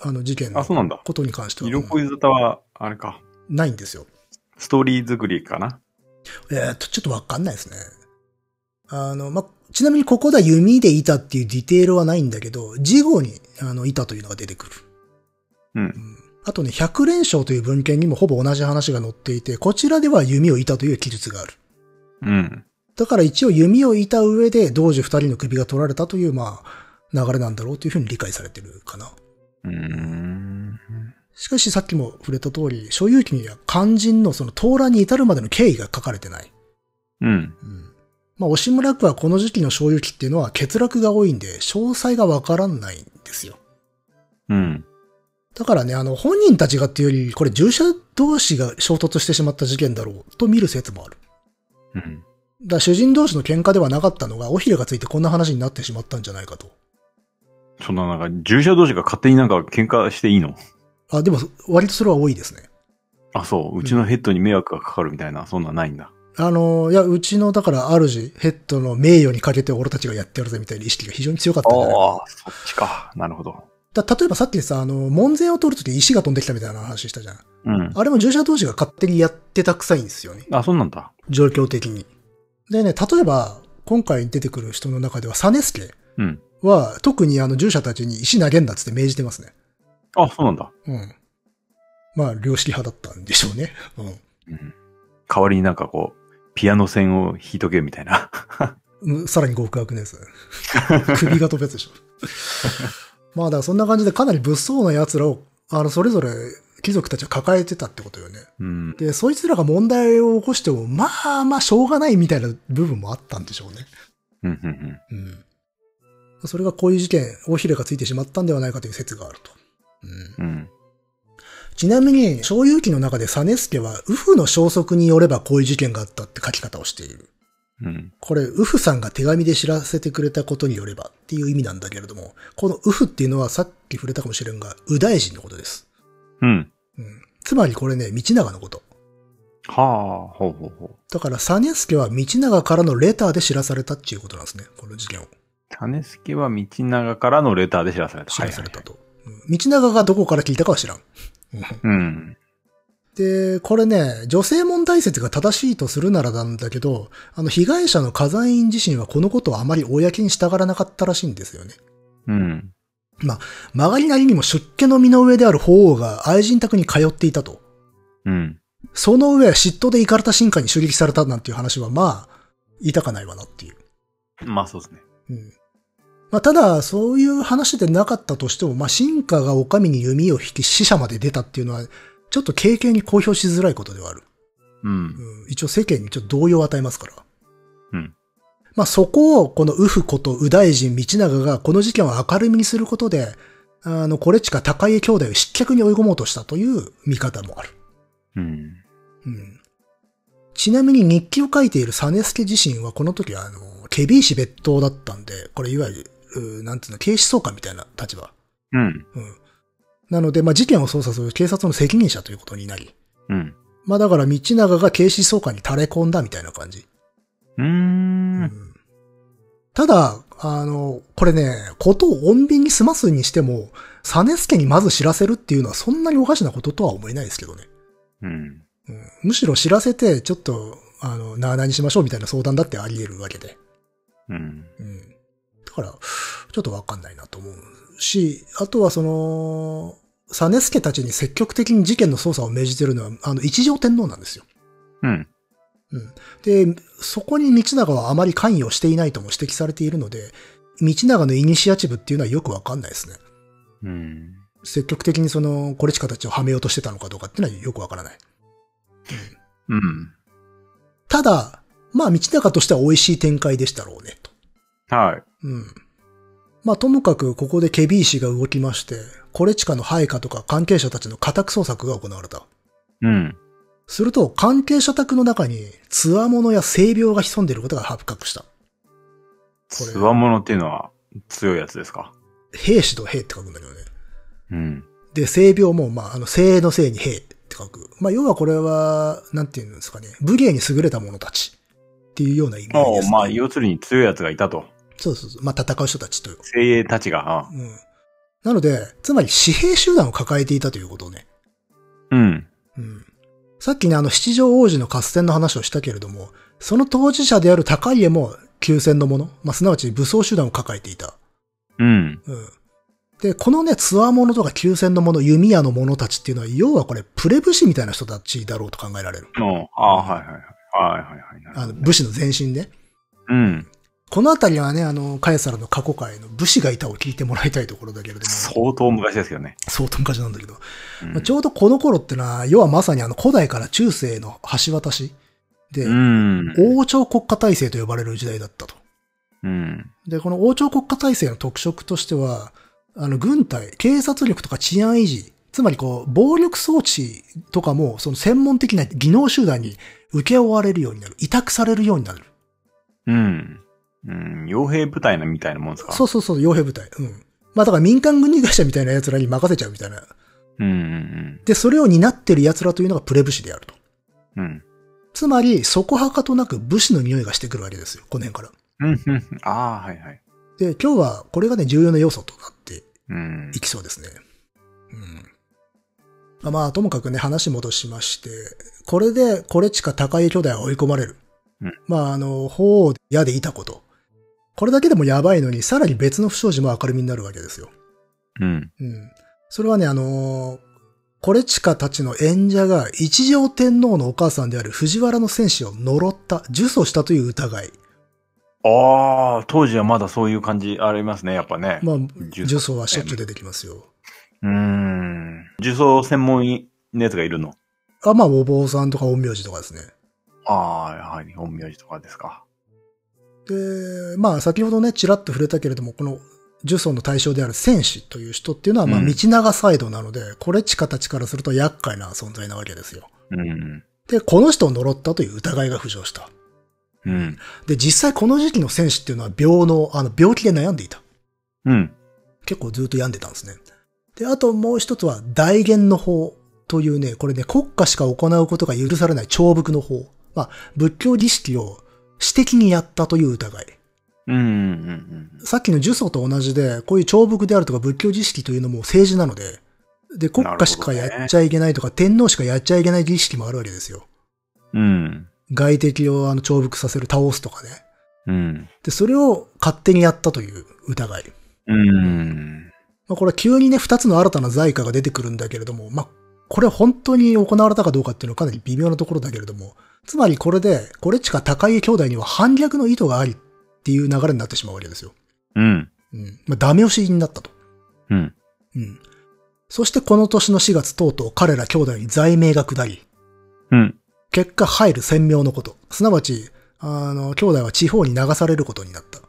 あの、事件のあ、そうなんだ。ことに関しては。色恋沙汰は、あれか。ないんですよ。ストーリー作りかな。えー、と、ちょっとわかんないですね。あの、ま、ちなみにここでは弓でいたっていうディテールはないんだけど、事後に、あの、いたというのが出てくる。うん。あとね、百連勝という文献にもほぼ同じ話が載っていて、こちらでは弓をいたという記述がある。うん。だから一応弓をいた上で、同時二人の首が取られたという、まあ、流れなんだろうというふうに理解されてるかな。うーん。しかしさっきも触れた通り、所有記には肝心のその盗乱に至るまでの経緯が書かれてない。うん。まあ、押村区はこの時期の小雪っていうのは欠落が多いんで、詳細がわからないんですよ。うん。だからね、あの、本人たちがっていうより、これ従者同士が衝突してしまった事件だろうと見る説もある。うん。だから主人同士の喧嘩ではなかったのが、尾ひれがついてこんな話になってしまったんじゃないかと。そんな、なんか、従者同士が勝手になんか喧嘩していいのあ、でも、割とそれは多いですね。あ、そう。うちのヘッドに迷惑がかかるみたいな、そんなんないんだ。あの、いや、うちの、だから、主、ヘッドの名誉にかけて俺たちがやってやるぜみたいな意識が非常に強かったんじゃないかああ、そっちか。なるほど。だ例えばさっきさ、あの、門前を取るとき石が飛んできたみたいな話したじゃん。うん。あれも従者同士が勝手にやってたくさいんですよね。あ、そうなんだ。状況的に。でね、例えば、今回出てくる人の中では、サネスケうん。は、特にあの、従者たちに石投げんだっつって命じてますね。あ、そうなんだ。うん。まあ、良識派だったんでしょうね。うんうん。代わりになんかこう、ピアノ線を弾いとけみたいな。 うん。さらに極悪なやつ。首が飛ぶやつでしょ。まあ、だからそんな感じで、かなり物騒な奴らを、あの、それぞれ、貴族たちは抱えてたってことよね。うん。で、そいつらが問題を起こしても、まあまあ、しょうがないみたいな部分もあったんでしょうね。うん、うん、うん。うん。それがこういう事件、尾ひれがついてしまったんではないかという説があると。うん、うん。ちなみに、小遊記の中で実ネスケは、ウフの消息によればこういう事件があったって書き方をしている。うん。これ、ウフさんが手紙で知らせてくれたことによればっていう意味なんだけれども、このウフっていうのはさっき触れたかもしれんが、右大臣のことです。うん。うん。つまりこれね、道長のこと。はあ、ほうほうほう。だから、実ネスケは道長からのレターで知らされたっていうことなんですね。この事件を種助は道長からのレターで知らされた。知らされたはいと。うん道長がどこから聞いたかは知らん。うんはいはい。うん。で、これね、女性問題説が正しいとするならなんだけど、あの、被害者の火山院自身はこのことをあまり公にしたがらなかったらしいんですよね。うん。曲がりなりにも出家の身の上である法王が愛人宅に通っていたと。うん。その上、嫉妬でイカれた進化に襲撃されたなんていう話は、まあ、言いたかないわなっていう。まあそうですね。うん。まあ、ただ、そういう話でなかったとしても、まあ、進化がお上に弓を引き死者まで出たっていうのは、ちょっと経験に公表しづらいことではある。うん。うん、一応世間にちょっと動揺を与えますから。うん。まあそこを、このウフこと右大臣道長がこの事件を明るみにすることで、あの、コレチカ高家兄弟を失脚に追い込もうとしたという見方もある。うん。うん。ちなみに日記を書いている実助自身はこの時は、あの、ケビー氏別当だったんで、これいわゆる、うーなんていうの、警視総監みたいな立場。うん。うん。なので、まあ事件を捜査する警察の責任者ということになり、うん。まあだから道長が警視総監に垂れ込んだみたいな感じ。うーん。ただ、あの、これね、ことを穏便に済ますにしても、サネスケにまず知らせるっていうのはそんなにおかしなこととは思えないですけどね。うん。うんむしろ知らせて、ちょっと、あの、なあなあにしましょうみたいな相談だってあり得るわけで。うん。うん。だから、ちょっとわかんないなと思うし、あとはその、サネスケたちに積極的に事件の捜査を命じてるのは、あの、一条天皇なんですよ。うん。で、そこに道長はあまり関与していないとも指摘されているので、道長のイニシアチブっていうのはよくわかんないですね。うん。積極的にその、コレチカたちをはめようとしてたのかどうかっていうのはよくわからない。うん。ただ、まあ道長としては美味しい展開でしたろうね、と。はい。うん。まあともかくここでケビー氏が動きまして、コレチカの配下とか関係者たちの家宅捜索が行われた。うん。すると、関係者宅の中に、強者や性病が潜んでいることが発覚した。これつわものっていうのは強いやつですか兵士と兵って書くんだけどね。うん。で、性病も、まあ、あの、性の性に兵って書く。まあ、要はこれは、なんていうんですかね、武芸に優れた者たちっていうような意味おでうす、ね。まあ、要するに強いやつがいたと。そうそうそう。まあ、戦う人たちという。精鋭たちが。うん。なので、つまり、私兵集団を抱えていたということね。うん。うん。さっきね、あの、七条王子の合戦の話をしたけれども、その当事者である高家も、旧戦の者、まあ、すなわち武装集団を抱えていた。うん。うん。で、このね、ツアー者とか急戦の者、弓矢の者たちっていうのは、要はこれ、プレ武士みたいな人たちだろうと考えられる。の、ああ、はいはいはい。はいはいはいなるあほの、ど。武士の前身ね。うん。このあたりはね、あの、カエサラの過去回の武士がいたを聞いてもらいたいところだけれども、相当昔ですけどね。相当昔なんだけど、うんまあちょうどこの頃ってのは、要はまさにあの、古代から中世の橋渡しで、うん。王朝国家体制と呼ばれる時代だったと。うん。で、この王朝国家体制の特色としては、あの、軍隊、警察力とか治安維持、つまりこう、暴力装置とかも、その専門的な技能集団に受け負われるようになる。委託されるようになる。うん。うん。傭兵部隊なみたいなもんですかそうそうそう、傭兵部隊。うん。まあだから民間軍事会社みたいな奴らに任せちゃうみたいな。うんうんで、それを担ってる奴らというのがプレ武士であると。うん。うん。つまり、そこはかとなく武士の匂いがしてくるわけですよ、この辺から。うんうんうん。ああ、はいはい。で、今日はこれがね、重要な要素となってうんい。きそうですね。うん。まあまあ、ともかくね、話戻しまして、これで、これちか高い兄弟は追い込まれる。うんまあ、あの、法王矢でいたこと。これだけでもやばいのに、さらに別の不祥事も明るみになるわけですよ。うん。うん。それはね、あのーコレチカたちの演者が一条天皇のお母さんである藤原の戦士を呪った、呪詛したという疑い。ああ、当時はまだそういう感じありますね、やっぱね。まあ、呪呪詛はしょっちゅう出てきますよ。うーん。受装専門員のやつがいるのあ、まあ、お坊さんとか陰陽師とかですね。ああ、やはり本名字とかですか。で、まあ先ほどね、ちらっと触れたけれども、この呪詛の対象である戦士という人っていうのは、まあうん道長サイドなので、これチカたちからすると厄介な存在なわけですよ。うん。で、この人を呪ったという疑いが浮上した。うん。で、実際この時期の戦士っていうのは病の、あの病気で悩んでいた。うん。結構ずっと病んでたんですね。で、あともう一つは大言の法というね、これね、国家しか行うことが許されない長伏の法。まあ、仏教儀式を私的にやったという疑い。うん。うん。さっきの呪詛と同じで、こういう長伏であるとか仏教儀式というのも政治なので、で、国家しかやっちゃいけないとか、天皇しかやっちゃいけない儀式もあるわけですよ。うん。外敵をあの長伏させる、倒すとかね。うん。で、それを勝手にやったという疑い。うん。まあ、これは急にね、二つの新たな罪過が出てくるんだけれども、まあ、これ本当に行われたかどうかっていうのはかなり微妙なところだけれども、つまりこれで、コレチカ高家兄弟には反逆の意図がありっていう流れになってしまうわけですよ。うん。うん。まあ、ダメ押しになったと。うん。うん。そしてこの年の4月とうとう彼ら兄弟に罪名が下り、うん。結果入る鮮明のこと。すなわち、あの、兄弟は地方に流されることになった。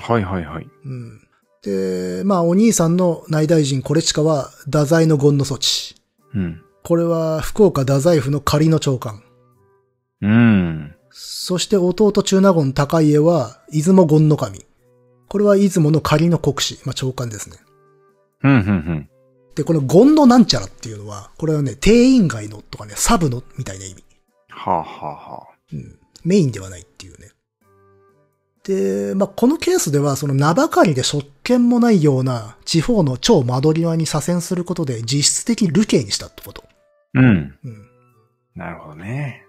はいはいはい。うん。で、まあ、お兄さんの内大臣コレチカは、太宰の権の措置。うん。これは、福岡太宰府の仮の長官。うん。そして弟中納言高家は、出雲権の神。これは出雲の仮の国士。まあ、長官ですね。うん、うん、うん。で、この権のなんちゃらっていうのは、これはね、定員外のとかね、サブのみたいな意味。はあ、はあはあ、うん。メインではないっていうね。で、まあ、このケースでは、その名ばかりで職権もないような地方の超窓際に左遷することで実質的に流刑にしたってこと。うん。うん。なるほどね。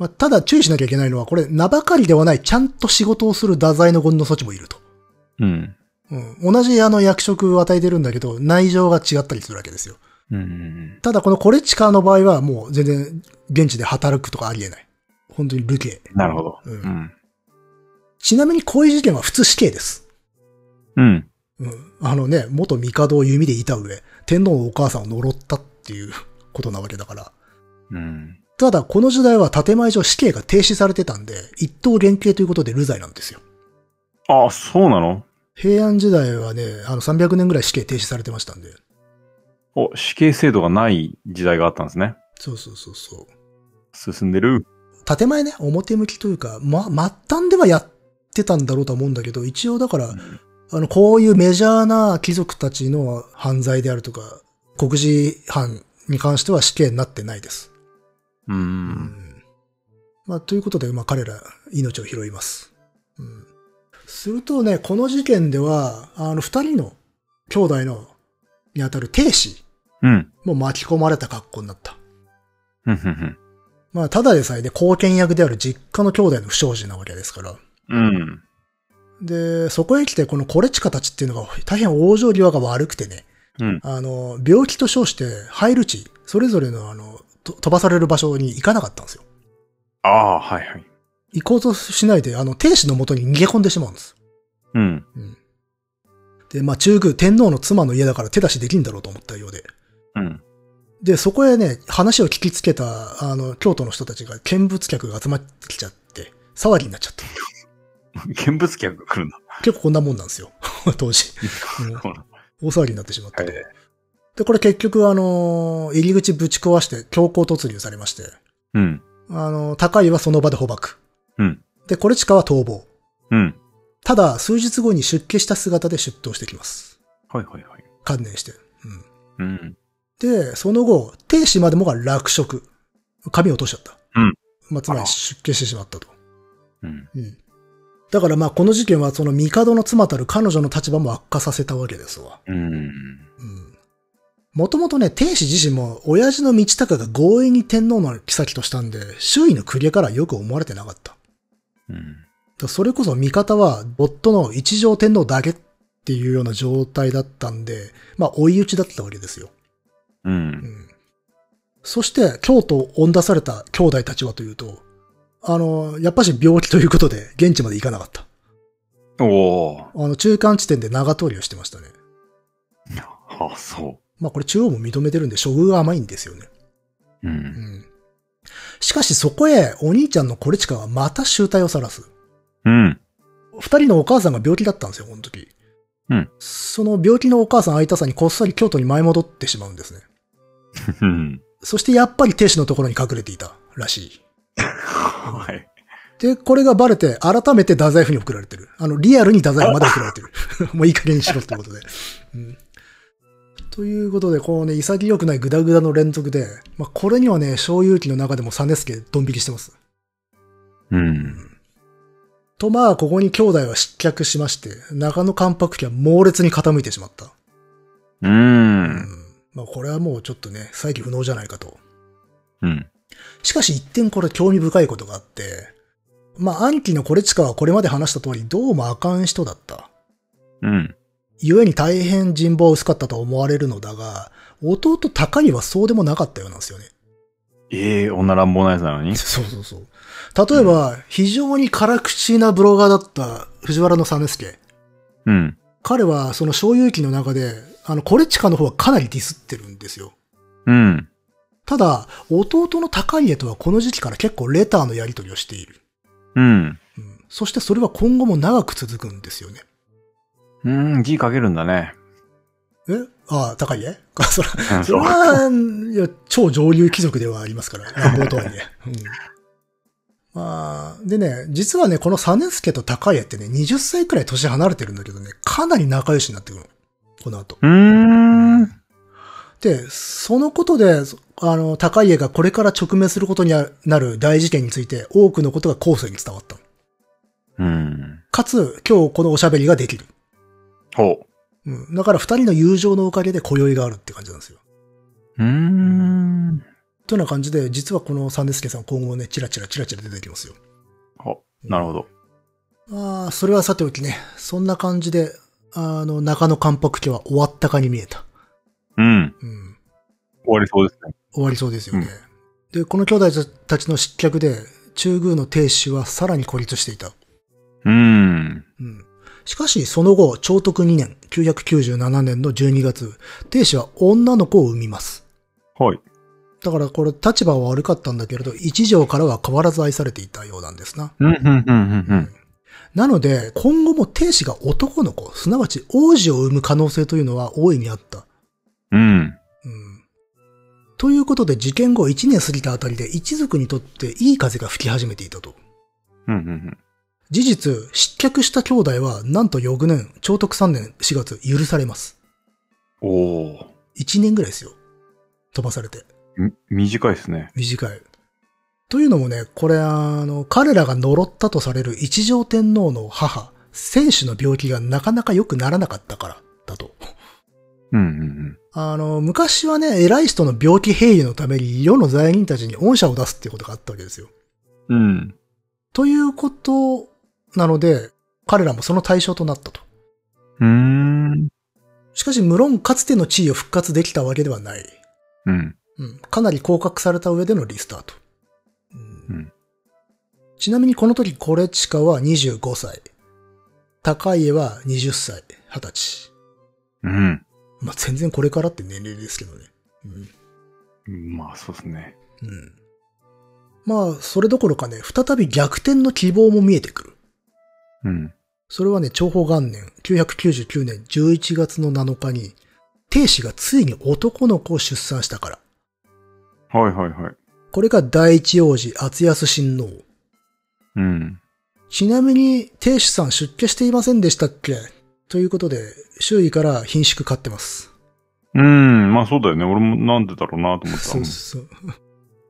まあ、ただ注意しなきゃいけないのは、これ名ばかりではない、ちゃんと仕事をする太宰の権の措置もいると。うん。うん。同じあの役職を与えてるんだけど、内情が違ったりするわけですよ。うん。ただこのコレチカーの場合は、もう全然現地で働くとかありえない。本当に流刑。なるほど。ううんん。ちなみにこういう事件は普通死刑です。うん。うん。あのね、元帝を弓でいた上、天皇のお母さんを呪ったっていうことなわけだから。うん。ただ、この時代は建前上死刑が停止されてたんで、一等減刑ということで流罪なんですよ。ああ、そうなの平安時代はね、あの300年ぐらい死刑停止されてましたんで。お、死刑制度がない時代があったんですね。そうそうそうそう。進んでる。建前ね、表向きというか、ま、末端ではやってたんだろうとは思うんだけど、一応だから、あの、こういうメジャーな貴族たちの犯罪であるとか、国事犯に関しては死刑になってないです。う。うんんまあ、ということで、まあ、彼ら命を拾います、うん。するとね、この事件では、あの、二人の兄弟の、にあたる亭主うん。も巻き込まれた格好になった。うん。うん。まあ、ただでさえね、貢献役である実家の兄弟の不祥事なわけですから。うん。で、そこへ来て、このコレチカたちっていうのが大変往生際が悪くてね、うん。あの、病気と称して、入る地、それぞれのあの、と飛ばされる場所に行かなかったんですよ。ああ、はいはい。行こうとしないで、あの、亭主の元に逃げ込んでしまうんです。うん。で、まあ、中宮、天皇の妻の家だから手出しできんだろうと思ったようで。うん。で、そこへね、話を聞きつけた、あの、京都の人たちが、見物客が集まってきちゃって、騒ぎになっちゃった。見物客が来るんだ。結構こんなもんなんですよ。 当時。うんそうなの大騒ぎになってしまったと。はいで、これ結局、あの、入り口ぶち壊して、強行突入されまして、うん。あの、高井はその場で捕獲。うん。で、これ近は逃亡。うん。ただ、数日後に出家した姿で出頭してきます。はいはいはい。観念して。うん。うん。で、その後、天使までもが落職。髪を落としちゃった。うん。まあ、つまありら出家してしまったと。うん。うん。だからまあ、この事件はその帝の妻たる彼女の立場も悪化させたわけですわ。うん。うん。もともとね、天使自身も親父の道隆が強引に天皇の妃としたんで、周囲の公家からはよく思われてなかった。だかうん。らそれこそ味方は夫の一条天皇だけっていうような状態だったんで、まあ追い打ちだったわけですよ。う。うんんそして、京都を追い出された兄弟たちはというと、あの、やっぱし病気ということで、現地まで行かなかった。おー。あの、中間地点で長通りをしてましたね。はあ、そまあ、これ中央も認めてるんで、処遇が甘いんですよね。う。うう。んん。しかし、そこへ、お兄ちゃんのコレチカはまた集体を晒す。うん。二人のお母さんが病気だったんですよ、この時。うんその病気のお母さん会いたさにこっそり京都に舞い戻ってしまうんですね。うん。そして、やっぱり亭主のところに隠れていたらしい。はい。で、これがバレて、改めて太宰府に送られてる。あの、リアルに太宰府まで送られてる。もういい加減にしろってことで。うん、ということで、こうね、潔くないグダグダの連続で、まあ、これにはね、小遊記の中でも実助ドン引きしてます。うん。と、まあ、ここに兄弟は失脚しまして、中野関白期は猛烈に傾いてしまった。ううんん。。まあ、これはもうちょっとね、再起不能じゃないかと。うん。しかし一点これ興味深いことがあって、まあ、兄貴のコレチカはこれまで話した通り、どうもあかん人だった。うん。故に大変人望薄かったと思われるのだが、弟高にはそうでもなかったようなんですよね。ええ女乱暴なやつなのに。そうそうそう。例えば、非常に辛口なブロガーだった藤原の実助。うん。彼はその小遊記の中で、あの、コレチカの方はかなりディスってるんですよ。うん。ただ、弟の高家とはこの時期から結構レターのやり取りをしている。うん。うん、そしてそれは今後も長く続くんですよね。うん、字書けるんだね。えああ、高家そら、うんそれそう。は、いや、超上流貴族ではありますから、乱暴とはいえ。うんまあ、でね、実はね、この実助と高家ってね、20歳くらい年離れてるんだけどね、かなり仲良しになってくるの。この後。うーん。で、そのことで、そあの、高家がこれから直面することになる大事件について、多くのことが後世に伝わったの。うん。かつ、今日このおしゃべりができる。ほうん。だから二人の友情のおかげで今宵があるって感じなんですよ。う。うーん。というような感じで、実はこの三之助さん今後ね、チラチラチラチラ出てきますよ。ほなるほど。ああ、それはさておきね、そんな感じで、あの、中野関白家は終わったかに見えた。うん。うん。終わりそうですね。終わりそうですよね。で、この兄弟たちの失脚で、中宮の亭主はさらに孤立していた。うん。うん。しかし、その後、長徳2年、997年の12月、亭主は女の子を産みます。はい。だから、これ、立場は悪かったんだけれど、一条からは変わらず愛されていたようなんですな。うん、うん、うん、うん、なので、今後も亭主が男の子、すなわち王子を産む可能性というのは大いにあった。うん。うん。うん。ということで、事件後1年過ぎたあたりで、一族にとっていい風が吹き始めていたと。うん、うん、事実、失脚した兄弟は、なんと翌年、長徳3年4月、許されます。うん。おー。 1年ぐらいですよ。飛ばされて。み短いですね。短い。というのもね、これ、あの、彼らが呪ったとされる一条天皇の母、選手の病気がなかなか良くならなかったから、だと。うん、うん、あの、昔はね、偉い人の病気平癒のために世の罪人たちに恩赦を出すっていうことがあったわけですよ。うん。うん。ということなので、彼らもその対象となったと。うーん。しかし、無論かつての地位を復活できたわけではない。うん。うん、かなり降格された上でのリスタート。うんうんちなみにこの時、コレチカは25歳。高家は20歳、20歳。うん。まあ、全然これからって年齢ですけどね。うんまあ、そうですね。うんまあ、それどころかね、再び逆転の希望も見えてくる。うん。それはね、長宝元年、999年11月の7日に、亭主がついに男の子を出産したから。はい、はい、はい。これが第一王子、厚安親王。うん。ちなみに、亭主さん出家していませんでしたっけということで、周囲から貧縮買ってます。うん。まあ、そうだよね。俺もなんでだろうなと思った。そうそう。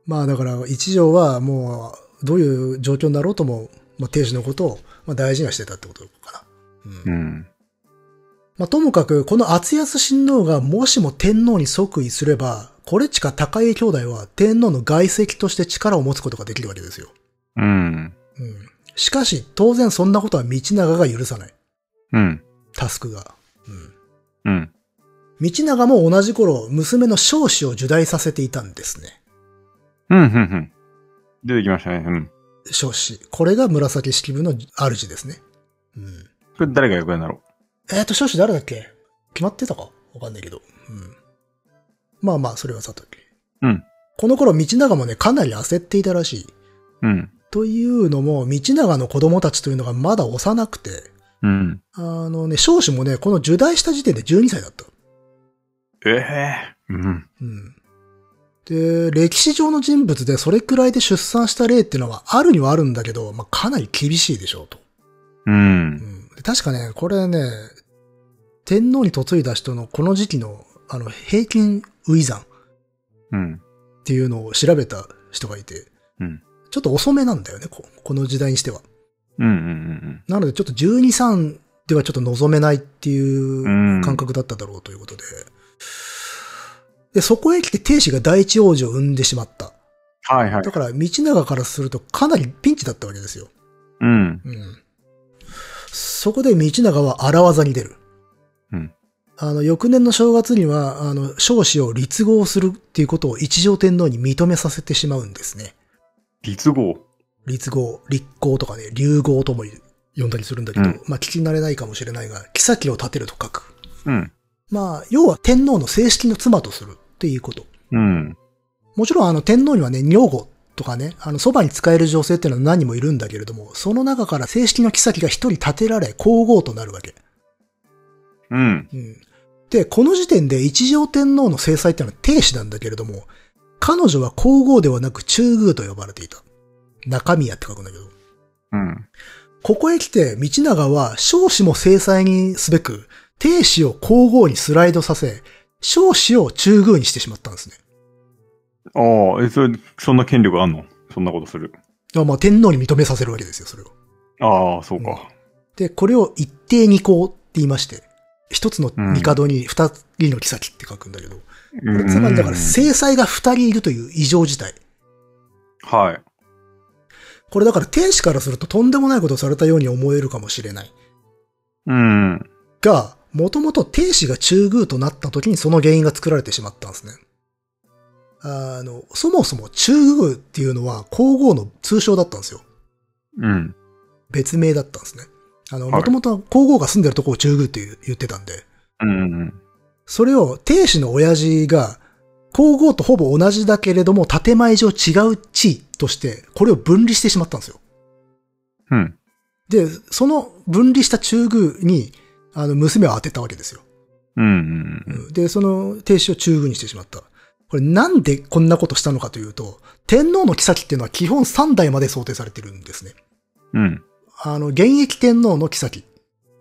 まあだから、一条はもう、どういう状況になろうとも、まあ亭主のことをまあ大事にはしてたってことかな。うんうん。まあ、ともかく、この厚安親王がもしも天皇に即位すれば、これ近高家兄弟は天皇の外籍として力を持つことができるわけですよ。うん。うん。しかし、当然そんなことは道長が許さない。うん。タスクが。うん。うん。道長も同じ頃、娘の少子を受代させていたんですね。うん、うん、うん。出てきましたね。うん。少子。これが紫式部の主ですね。うん。これ誰が役になろえっ、と、少子誰だっけ決まってたかわかんないけど。うん。まあまあ、それはさておき。うん。この頃、道長もね、かなり焦っていたらしい。う。うん。というのも、道長の子供たちというのがまだ幼くて、うん。あのね、少子もね、この受代した時点で12歳だった。ええうん。うん。で、歴史上の人物でそれくらいで出産した例っていうのはあるにはあるんだけど、まあ、かなり厳しいでしょうと。う。うんん。で確かね、これね、天皇に嫁いだ人のこの時期の、あの、平均初産っうん。ていうのを調べた人がいて、うん。ちょっと遅めなんだよね、ここの時代にしては。うん。うん。なのでちょっと12、3ではちょっと望めないっていううん感覚だっただろうということで。で、そこへ来て亭主が第一王子を生んでしまった。はい、はいだ。から、道長からするとかなりピンチだったわけですよ。うん。うん。そこで道長は荒技に出る。うん。あの、翌年の正月には、あの、少子を立合するっていうことを一条天皇に認めさせてしまうんですね。立合。立合、立候とかね、流合とも呼んだりするんだけど、うんまあ聞き慣れないかもしれないが、妃を立てると書く。うん。まあ、要は天皇の正式の妻とするっていうこと。うん。もちろんあの天皇にはね、女房とかね、あの、そばに仕える女性っていうのは何人もいるんだけれども、その中から正式の妃が一人立てられ、皇后となるわけ。うん。うん。で、この時点で一条天皇の制裁ってのは定子なんだけれども、彼女は皇后ではなく中宮と呼ばれていた。中宮って書くんだけど。うん。ここへ来て、道長は少子も制裁にすべく、定子を皇后にスライドさせ、少子を中宮にしてしまったんですね。ああ、え、それ、そんな権力あんのそんなことする。あまあ天皇に認めさせるわけですよ、それを。ああ、そうか。で、これを一定二項って言いまして、一つの帝に二人の妃って書くんだけど、これつまりだからせ制裁が二人いるという異常事態。はい。これだから天使からするととんでもないことをされたように思えるかもしれない。うん。が、もともと天使が中宮となった時にその原因が作られてしまったんですね。あの、そもそも中宮っていうのは皇后の通称だったんですよ。うん。別名だったんですね。あの、はいもともと皇后が住んでるとこを中宮って言う言ってたんで、うん。それを定子の親父が、皇后とほぼ同じだけれども、建前上違う地位として、これを分離してしまったんですよ。うん。で、その分離した中宮に、あの、娘を当てたわけですよ。うん。で、その定子を中宮にしてしまった。これなんでこんなことしたのかというと、天皇の妃っていうのは基本3代まで想定されてるんですね。うん。あの、現役天皇の妃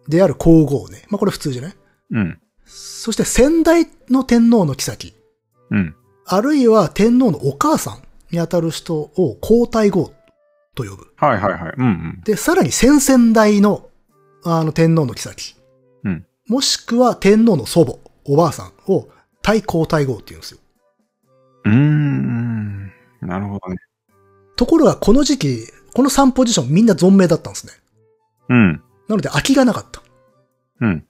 である皇后ね。まあ、これ普通じゃないうん。そして先代の天皇の妃。うん。あるいは天皇のお母さんにあたる人を皇太后と呼ぶ。はいはいはい。うん。で、さらに先々代の、あの、天皇の妃。うんもしくは天皇の祖母、おばあさんを太皇太后って言うんですよ。うん。うん。なるほどね。ところがこの時期、この3ポジションみんな存命だったんですね。うん。なので空きがなかった。うん。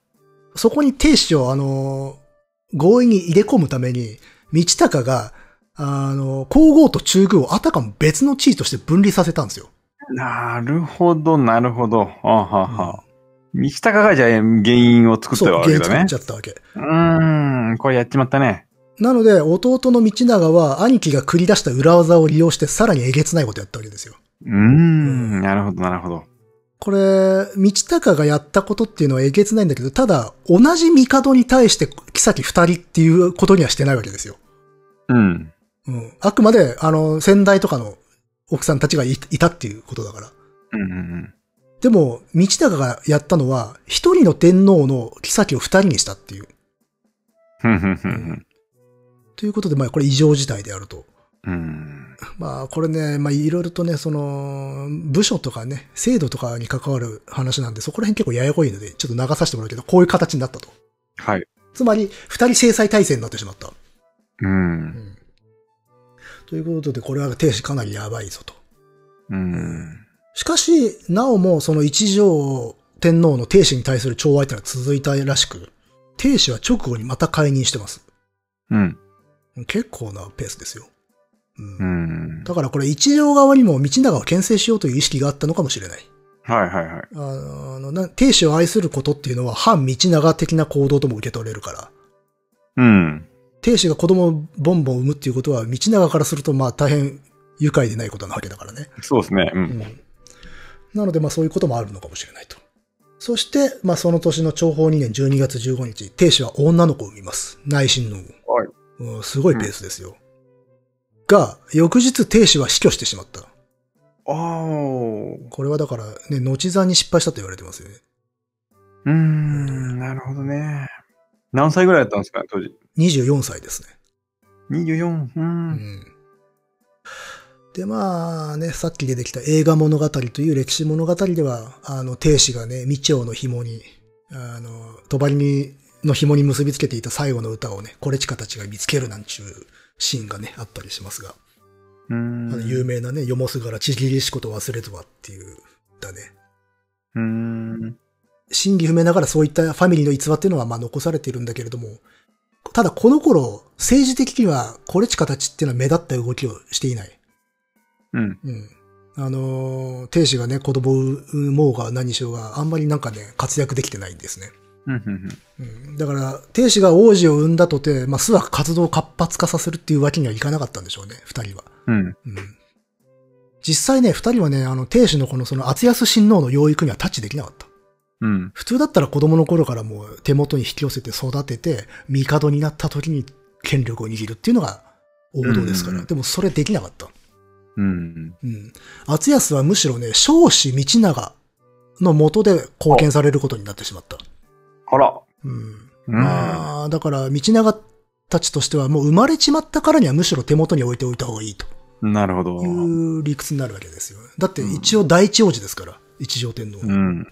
そこに定子を、あのー強引に入れ込むために、道隆が、あのー皇后と中宮をあたかも別の地位として分離させたんですよ。なるほど、なるほど。あはは。道高がじゃあ原因を作っそたう、わ原因け作だっねち。ゃったわけ。うーん。これやっちまったね。なので、弟の道長は、兄貴が繰り出した裏技を利用して、さらにえげつないことやったわけですよ。うーん。なるほど、なるほど。これ、道隆がやったことっていうのはえげつないんだけど、ただ、同じ帝に対して、妃二人っていうことにはしてないわけですよ。うん。うん。あくまで、あの、先代とかの奥さんたちがいいたっていうことだから。うんうんでも、道隆がやったのは、一人の天皇の妃を二人にしたっていう。うん。ふんふんふんということで、まあ、これ異常事態であると。ふん。うん。まあ、これね、まあ、いろいろとね、その、部署とかね、制度とかに関わる話なんで、そこら辺結構ややこいので、ちょっと流させてもらうけど、こういう形になったと。はい。つまり、二人制裁体制になってしまった。う。うんん。ということで、これは停止かなりやばいぞと。うん。しかし、なおもその一条天皇の停止に対する懲戒というのは続いたらしく、停止は直後にまた解任してます。うん。結構なペースですよ。うんうん。だからこれ一条側にも道長を牽制しようという意識があったのかもしれない。はいはいはい。あの、な、亭主を愛することっていうのは反道長的な行動とも受け取れるから、うん。亭主が子供をボンボン産むっていうことは道長からするとまあ大変愉快でないことなわけだからね。そうですね。う。うんん。なのでまあそういうこともあるのかもしれないと。そして、まあその年の長宝2年12月15日、亭主は女の子を産みます。内親王を。はいうんすごいペースですよ。が、翌日亭主は死去してしまった。ああ。これはだからね、後座に失敗したと言われてますよね。うーん、なるほどね。何歳ぐらいだったんですかね、当時。 24歳ですね。 24。うーん。で、まあね、さっき出てきた映画物語という歴史物語では、あの、亭主がね、未調の紐に、あの、帳に、の紐に結びつけていた最後の歌をね、コレチカたちが見つけるなんちゅうシーンがね、あったりしますが、うあーのん。有名なね、よもすがらちぎりしこと忘れずはっていう歌ね。うーん。真偽不明ながらそういったファミリーの逸話っていうのはまあ残されているんだけれども、ただこの頃、政治的にはコレチカたちっていうのは目立った動きをしていない。うん。うん。あのー、亭主がね、子供を産もうが何しようがあんまりなんかね、活躍できてないんですね。うんうんうん。うん。だから、亭主が王子を産んだとて、まあ、スワ活動を活発化させるっていうわけにはいかなかったんでしょうね、二人は。うん。うん。実際ね、二人はね、あの、亭主のこのその厚安親王の養育にはタッチできなかった。うん。普通だったら子供の頃からもう手元に引き寄せて育てて、帝になった時に権力を握るっていうのが王道ですかうんうら。んうんでもそれできなかった。うん。うん。厚安はむしろね、少子道長の元で貢献されることになってしまった。あら。うん。うん。まあ、だから道長たちとしてはもう生まれちまったからにはむしろ手元に置いておいた方がいいとなるほど。いうう理屈になるわけですよ。だって一応第一王子ですから、一条天皇。うん。ん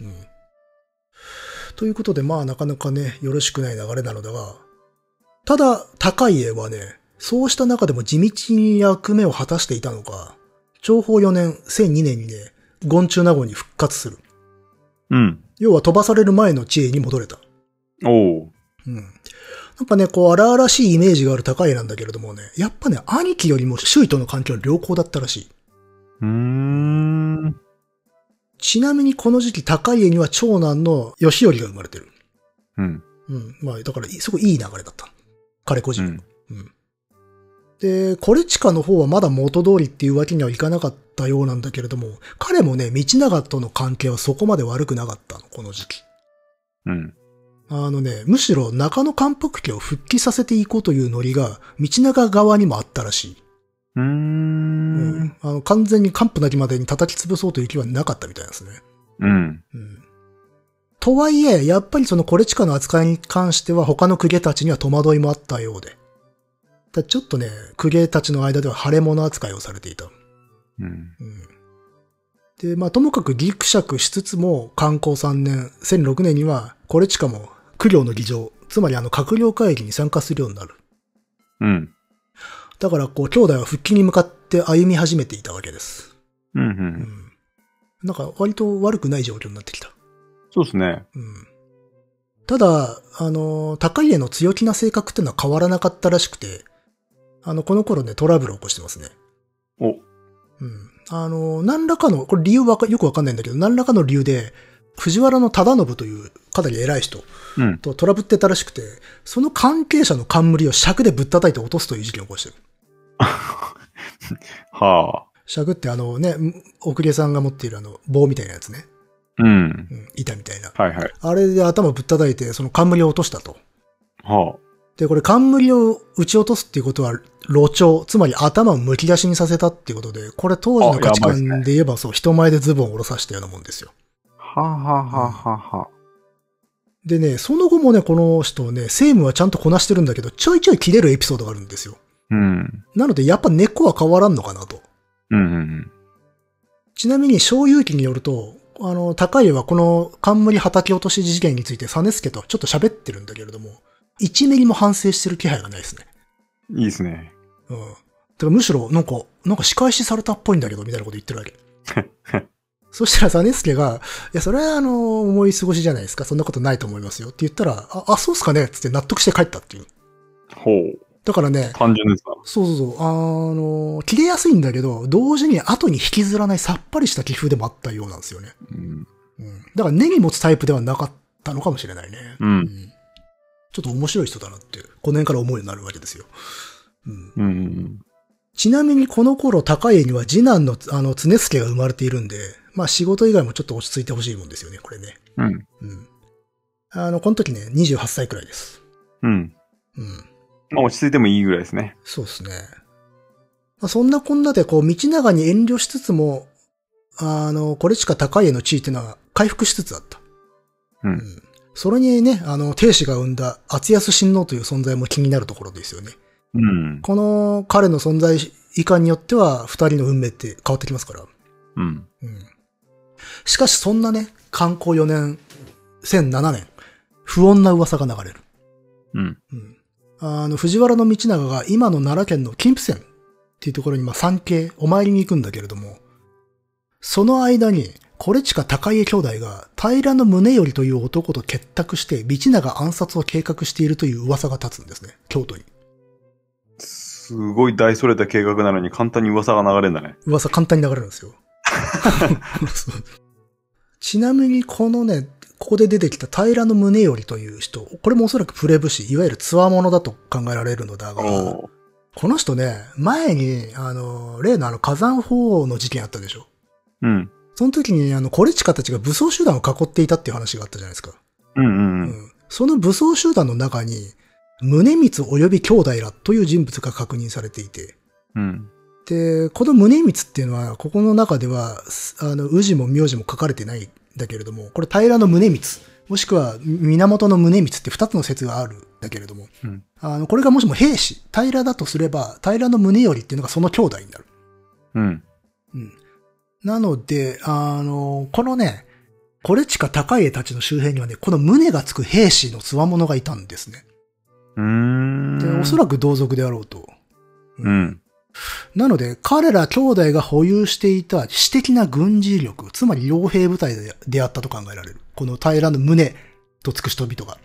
ということで、まあなかなかね、よろしくない流れなのだが、ただ、高家はね、そうした中でも地道に役目を果たしていたのか、長宝4年、1002年にね、ゴン中納言に復活する。うん。要は飛ばされる前の地位に戻れた。おう。うん。なんかね、こう、荒々しいイメージがある高家なんだけれどもね、やっぱね、兄貴よりも周囲との関係は良好だったらしい。うーん。ちなみにこの時期、高家には長男の義頼が生まれてる。うん。うん。まあ、だから、すごいいい流れだった。彼個う人。ん。うん。で、コレチカの方はまだ元通りっていうわけにはいかなかったようなんだけれども、彼もね、道長との関係はそこまで悪くなかったの、この時期。うん。あのね、むしろ中野関白家を復帰させていこうというノリが、道長側にもあったらしい。うー。うんんあの完全に完膚なきまでに叩き潰そうという気はなかったみたいですね。うん。うん。とはいえ、やっぱりそのコレチカの扱いに関しては他の公家たちには戸惑いもあったようで。だちょっとね、公家たちの間では腫れ物扱いをされていた。うん。うん。で、まあともかくギクシャクしつつも、観光3年、1006年には、コレチカも苦行の議場、つまりあの閣僚会議に参加するようになる。うん。だからこう、兄弟は復帰に向かって歩み始めていたわけです。う。うんん。なんか割と悪くない状況になってきた。そうですね。うん。ただ、あの、高家の強気な性格っていうのは変わらなかったらしくて、あの、この頃ね、トラブルを起こしてますね。お。うん。あの、何らかの、これ理由はわかよくわかんないんだけど、何らかの理由で、藤原の忠信というかなり偉い人うん。とトラブってたらしくて、その関係者の冠を尺でぶったたいて落とすという事件を起こしてる。はあ。尺ってあのね、奥家さんが持っているあの棒みたいなやつね。うん。うん、板みたいな。はいはい。あれで頭ぶったたいて、その冠を落としたと。はで、これ、冠を打ち落とすっていうことは、路長、つまり頭を剥き出しにさせたっていうことで、これ当時の価値あやばいっす観ねで言えば、そう、人前でズボンを下ろさせたようなもんですよ。あ。はあはあはあはあはあ。でね、その後もね、この人ね、政務はちゃんとこなしてるんだけど、ちょいちょい切れるエピソードがあるんですよ。うん。なので、やっぱ根っこは変わらんのかなと。うんうんちなみに、小遊記によると、あの、高家はこの冠畑落とし事件について、実助とちょっと喋ってるんだけれども、1ミリも反省してる気配がないですね。うん。いいですね。うん。てかむしろ、なんか、なんか仕返しされたっぽいんだけど、みたいなこと言ってるわけ。そしたら、ザネスケが、いや、それは、あの、思い過ごしじゃないですか。そんなことないと思いますよ。って言ったら、あ、あそうっすかねっつって納得して帰ったっていう。ほう。だからね、単純ですな。そうそうそう、あの、切れやすいんだけど、同時に後に引きずらないさっぱりした気風でもあったようなんですよね。うん。うん。だから、根に持つタイプではなかったのかもしれないね。う。うんん。ちょっと面白い人だなって、この辺から思うようになるわけですよ。うん。うんうんちなみにこの頃、高家には次男の、あの、常助が生まれているんで、まあ仕事以外もちょっと落ち着いてほしいもんですよね、これね。うん。うん。うん。あの、この時ね、28歳くらいです。うん。うん。まあ落ち着いてもいいぐらいですね。そうですね。まあ、そんなこんなで、こう、道長に遠慮しつつも、あの、これしか高家の地位っていうのは回復しつつあった。うんそれにね、あの、亭主が生んだ厚安親王という存在も気になるところですよね。うん。この彼の存在以下によっては、二人の運命って変わってきますから。うん。うんしかしそんなね、観光4年、1007年、不穏な噂が流れる。うん。うんあの、藤原道長が今の奈良県の金峰山っていうところに、まあ、参詣、お参りに行くんだけれども、その間に、コレチカ高家兄弟が平の宗頼という男と結託して道長暗殺を計画しているという噂が立つんですね、京都に。すごい大それた計画なのに簡単に噂が流れるんだね。噂簡単に流れるんですよ。ちなみにこのね、ここで出てきた平の宗頼という人、これもおそらくプレブシ、いわゆるつわものだと考えられるのだが、こおーの人ね、前に、あの、例のあの火山法の事件あったでしょ。うん。その時に、あの、コレチカたちが武装集団を囲っていたっていう話があったじゃないですか。うんうんうん。うんその武装集団の中に、宗光及び兄弟らという人物が確認されていて、うん。で、この宗光っていうのは、ここの中では、すあの、氏も名字も書かれてないんだけれども、これ平の宗光、もしくは源の宗光って二つの説があるんだけれども、うんあの、これがもしも平氏、平だとすれば、平の宗頼っていうのがその兄弟になる。うん。うん。なので、あの、このね、コレチカ高家たちの周辺にはね、この宗がつく兵士の強者がいたんですね。うーん。で、おそらく同族であろうと。うん。なので、彼ら兄弟が保有していた私的な軍事力、つまり傭兵部隊で出会ったと考えられる。この平の胸とつく人々が。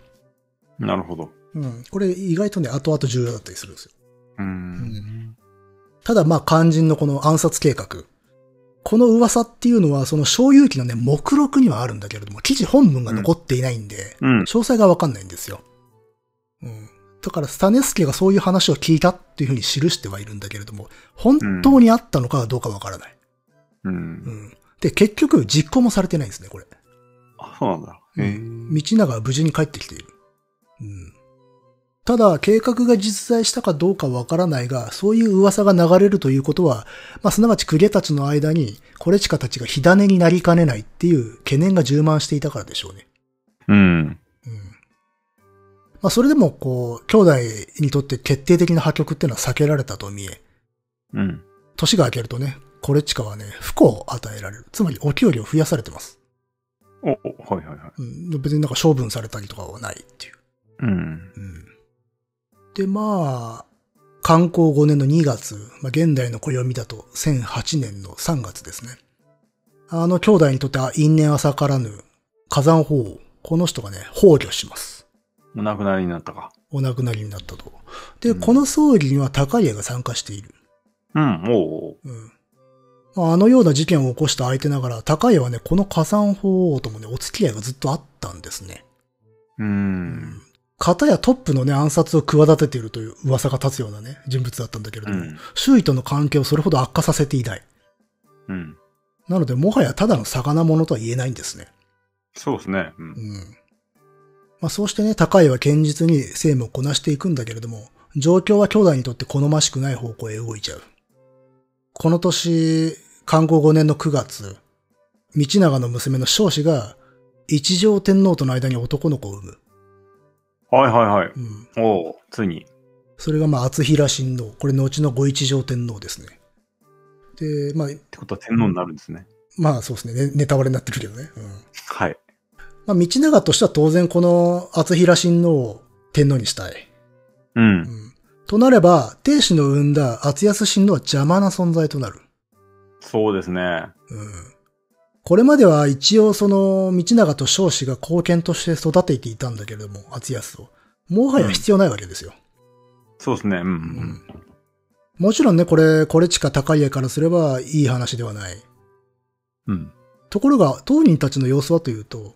なるほど。うん。これ意外とね、後々重要だったりするんですよ。ううんん。ただまあ肝心のこの暗殺計画。この噂っていうのは、その小遊記のね、目録にはあるんだけれども、記事本文が残っていないんで、うん。詳細がわかんないんですよ。うん。だから、スタネスケがそういう話を聞いたっていうふうに記してはいるんだけれども、本当にあったのかはどうかわからない。う。うんん。で、結局、実行もされてないんですね、これ。あ、そうなんだ。へー道長は無事に帰ってきている。うん。ただ、計画が実在したかどうかわからないが、そういう噂が流れるということは、まあ、すなわち公家たちの間に、コレチカたちが火種になりかねないっていう懸念が充満していたからでしょうね。うん。うん。まあ、それでも、こう、兄弟にとって決定的な破局っていうのは避けられたと見え、うん。年が明けるとね、コレチカはね、不幸を与えられる。つまり、お給料を増やされてます。お、おはいはいはい。うん。別になんか処分されたりとかはないっていう。うん。うんで、まあ、観光5年の2月、まあ、現代の暦だと1008年の3月ですね。あの兄弟にとっては因縁浅からぬ火山法王、この人がね、崩御します。お亡くなりになったか。お亡くなりになったと。で、うんこの葬儀には高家が参加している。うん。おううん。まあ、あのような事件を起こした相手ながら、高家はね、この火山法王ともね、お付き合いがずっとあったんですね。おう。うん。片やトップのね、暗殺を企てているという噂が立つようなね、人物だったんだけれうども、ん。周囲との関係をそれほど悪化させていない。うん。なので、もはやただの魚物とは言えないんですね。そうですね。うう。んん。まあそうしてね、高いは堅実に政務をこなしていくんだけれども、状況は兄弟にとって好ましくない方向へ動いちゃう。この年、観光5年の9月、道長の娘の彰子が、一条天皇との間に男の子を産む。はいはいはい。うん。おう。ついに。それがまあ、厚平親王。これ後のご一条天皇ですね。で、まあ、ってことは天皇になるんですね。まあそうですねね。ネタバレになってるけどね。うん。はい。まあ、道長としては当然この厚平親王を天皇にしたい。うう。んん。となれば、亭主の生んだ厚安親王は邪魔な存在となる。そうですね。うん。これまでは一応その道長と彰子が貢献として育てていたんだけれども、厚安を。もはや必要ないわけですよ。そうですね。うんうん。もちろんね、これ、これ近高家からすればいい話ではない。うん。ところが、当人たちの様子はというと、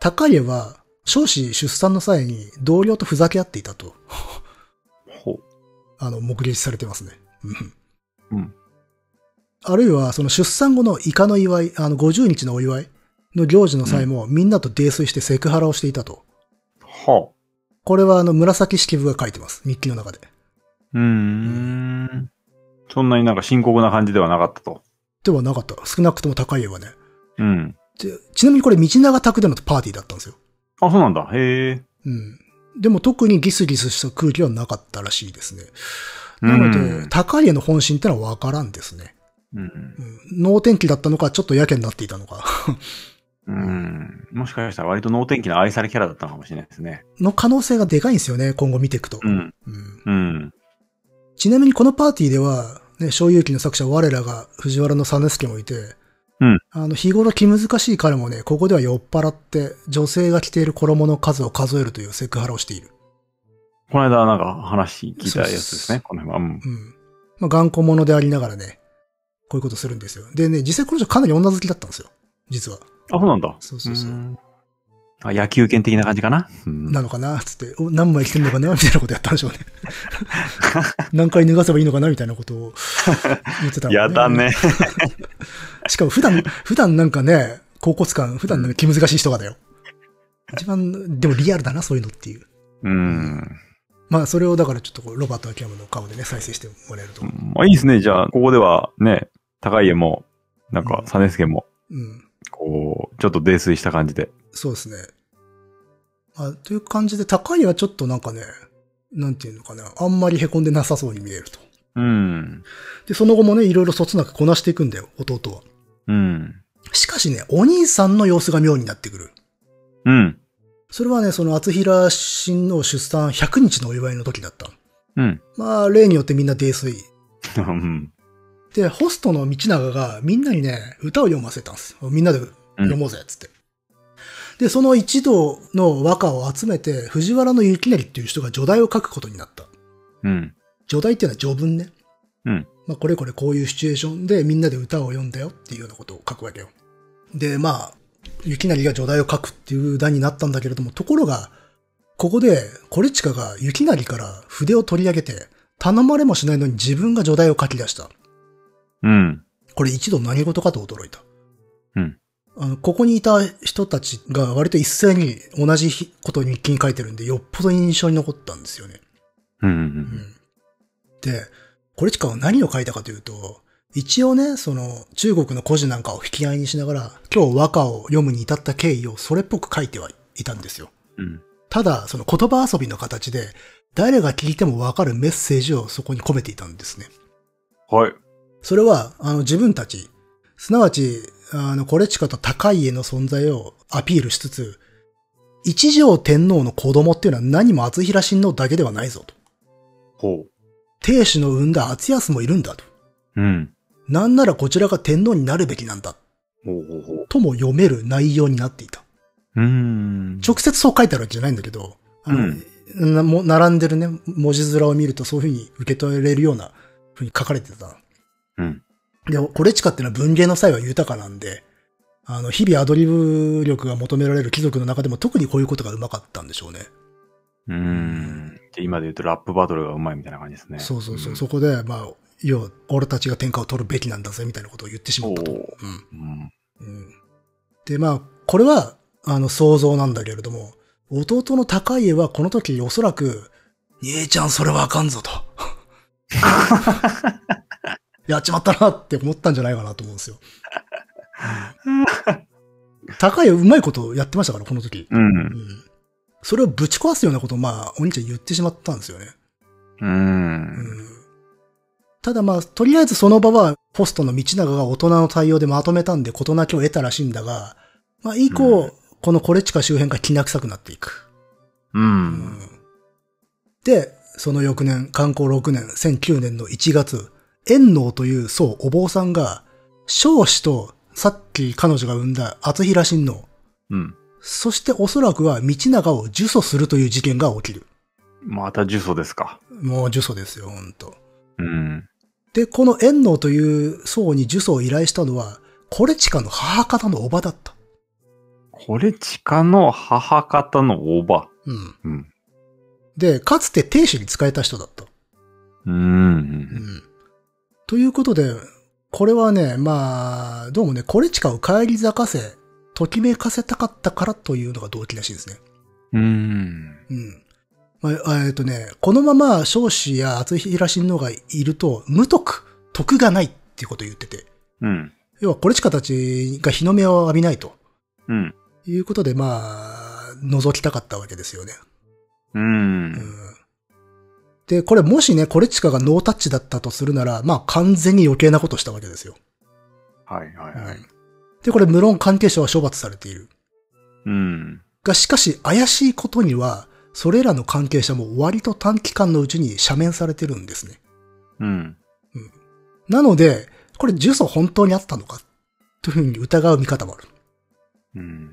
高家は、彰子出産の際に同僚とふざけ合っていたと。ほう。あの、目撃されてますね。うん。あるいは、その出産後のイカの祝い、あの、50日のお祝いの行事の際も、みんなと泥酔してセクハラをしていたと。はあ。これは、あの、紫式部が書いてます。日記の中で。うーん。そんなになんか深刻な感じではなかったと。ではなかった。少なくとも高い家はね。うん。でちなみにこれ、道長宅でのパーティーだったんですよ。あ、そうなんだ。へえ。うん。でも特にギスギスした空気はなかったらしいですね。うなので、ん。高家の本心ってのはわからんですね。うんう。ん。能天気だったのか、ちょっとやけになっていたのか。うん。もしかしたら割と能天気な愛されキャラだったのかもしれないですね。の可能性がでかいんですよね、今後見ていくと。うん。うんうん。ちなみにこのパーティーでは、ね、小遊記の作者我らが藤原の実助もいて、うんあの、日頃気難しい彼もね、ここでは酔っ払って、女性が着ている衣の数を数えるというセクハラをしている。この間なんか話聞いたやつでそすうそうね。この辺は。うん。うん。まあ、頑固者でありながらね、こういうことするんですよ。でね、実際この人かなり女好きだったんですよ。実は。あ、そうなんだ。そうそうそううんあ野球拳的な感じかな。うんなのかなつって、お何枚着てんのかなみたいなことやったんでしょうね。 何回脱がせばいいのかなみたいなことを言ってた、 やだね。。しかも普段、普段なんかね、高骨感、普段なんか気難しい人がだよ。一番、でもリアルだな、そういうのっていう。うん。まあ、それをだからちょっとこうロバート・アキヤムの顔でね、再生してもらえると。うあいいですね。じゃあ、ここではね、高家も、なんか、サネスケも、ん。こう、ちょっと泥酔した感じで。そうですね。あという感じで、高いはちょっとなんかね、なんていうのかな、あんまり凹んでなさそうに見えると。うん。で、その後もね、いろいろそつなくこなしていくんだよ、弟は。うん。しかしね、お兄さんの様子が妙になってくる。うん。それはね、その厚平親王出産100日のお祝いの時だった。うん。まあ、例によってみんな泥酔。うん。で、ホストの道長がみんなにね、歌を読ませたんです。みんなで読もうぜ、つって。で、その一同の和歌を集めて、藤原の雪成っていう人が序題を書くことになった。うん。序題っていうのは序文ね。うん。まあ、これこれこういうシチュエーションでみんなで歌を読んだよっていうようなことを書くわけよ。で、まあ、雪成が序題を書くっていう題になったんだけれども、ところが、ここで、コレチカが雪成から筆を取り上げて、頼まれもしないのに自分が序題を書き出した。うん。これ一度何事かと驚いた。うんあの、ここにいた人たちが割と一斉に同じ日ことを日記に書いてるんで、よっぽど印象に残ったんですよね。う。うんんで、コレチカは何を書いたかというと、一応ね、その、中国の古事なんかを引き合いにしながら、今日和歌を読むに至った経緯をそれっぽく書いてはいたんですよ。うん。ただ、その言葉遊びの形で、誰が聞いてもわかるメッセージをそこに込めていたんですね。はい。それは、あの、自分たち、すなわち、あの、コレチカと高家の存在をアピールしつつ、一条天皇の子供っていうのは何も厚平親王だけではないぞと。ほ亭主の産んだ厚安もいるんだと。う。うん。なんならこちらが天皇になるべきなんだ、ほうほうほう。とも読める内容になっていた。うん。直接そう書いてあるわけじゃないんだけど、あの、うんなも並んでるね、文字面を見るとそういうふうに受け取れるようなふうに書かれてた。うん。で、コレチカってのは文芸の際は豊かなんで、あの、日々アドリブ力が求められる貴族の中でも特にこういうことがうまかったんでしょうね。うん。で今で言うとラップバトルがうまいみたいな感じですね。そうそうそう。そこで、まあ、要は、俺たちが天下を取るべきなんだぜ、みたいなことを言ってしまったと。おうーん。うん。うんで、まあ、これは、あの、想像なんだけれども、弟の高家はこの時おそらく、兄ちゃんそれはあかんぞと。 やっちまったなって思ったんじゃないかなと思うんですよ。高家うまいことやってましたから、この時。う。うんん。それをぶち壊すようなことを、まあ、お兄ちゃん言ってしまったんですよね。う。うんんただまあ、とりあえずその場は、ホストの道長が大人の対応でまとめたんで事なきを得たらしいんだが、まあ、以降、うんこのコレチカ周辺がきな臭くなっていく。う。うんで、その翌年、観光6年、1009年の1月、遠能という僧、お坊さんが、少子と、さっき彼女が産んだ厚平親王、うん。そしておそらくは道長を呪詛するという事件が起きる。また呪詛ですか。もう呪詛ですよ、ほんと。うん。で、この遠能という僧に呪詛を依頼したのは、コレチカの母方のおばだった。これ、地下の母方のおば。うん。うん。で、かつて亭主に仕えた人だった。う。うんん。ということで、これはね、まあ、どうもね、コレチカを帰り咲かせ、ときめかせたかったからというのが動機らしいですね。うん。うん。まあ、えっ、とね、このまま少子や厚平親王がいると、無徳、徳がないっていうことを言ってて、うん。要はコレチカたちが日の目を浴びないと。うん。いうことで、まあ、覗きたかったわけですよね。う。うんん。で、これもしね、コレチカがノータッチだったとするなら、まあ完全に余計なことしたわけですよ。はいはいはい。で、これ無論関係者は処罰されている。うん。が、しかし怪しいことには、それらの関係者も割と短期間のうちに赦免されてるんですね。うん。なので、これ呪詛本当にあったのかというふうに疑う見方もある。うん。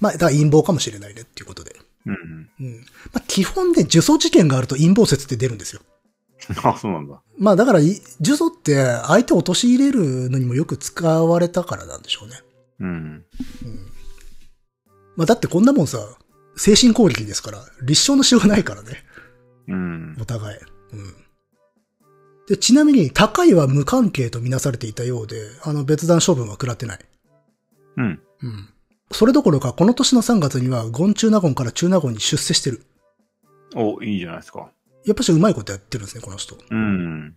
まあ、だから陰謀かもしれないねっていうことで。うん。うん。まあ、基本ね、呪詛事件があると陰謀説って出るんですよ。あ、そうなんだ。まあ、だからい、呪詛って相手を陥れるのにもよく使われたからなんでしょうね。うん。うん。まあ、だってこんなもんさ、精神攻撃ですから、立証のしようがないからね。 うん。お互い。うん。で、ちなみに、高いは無関係とみなされていたようで、あの、別段処分は食らってない。うん。うん。それどころか、この年の3月には、ゴン中納言から中納言に出世してる。お、いいじゃないですか。やっぱし、うまいことやってるんですね、この人。うん。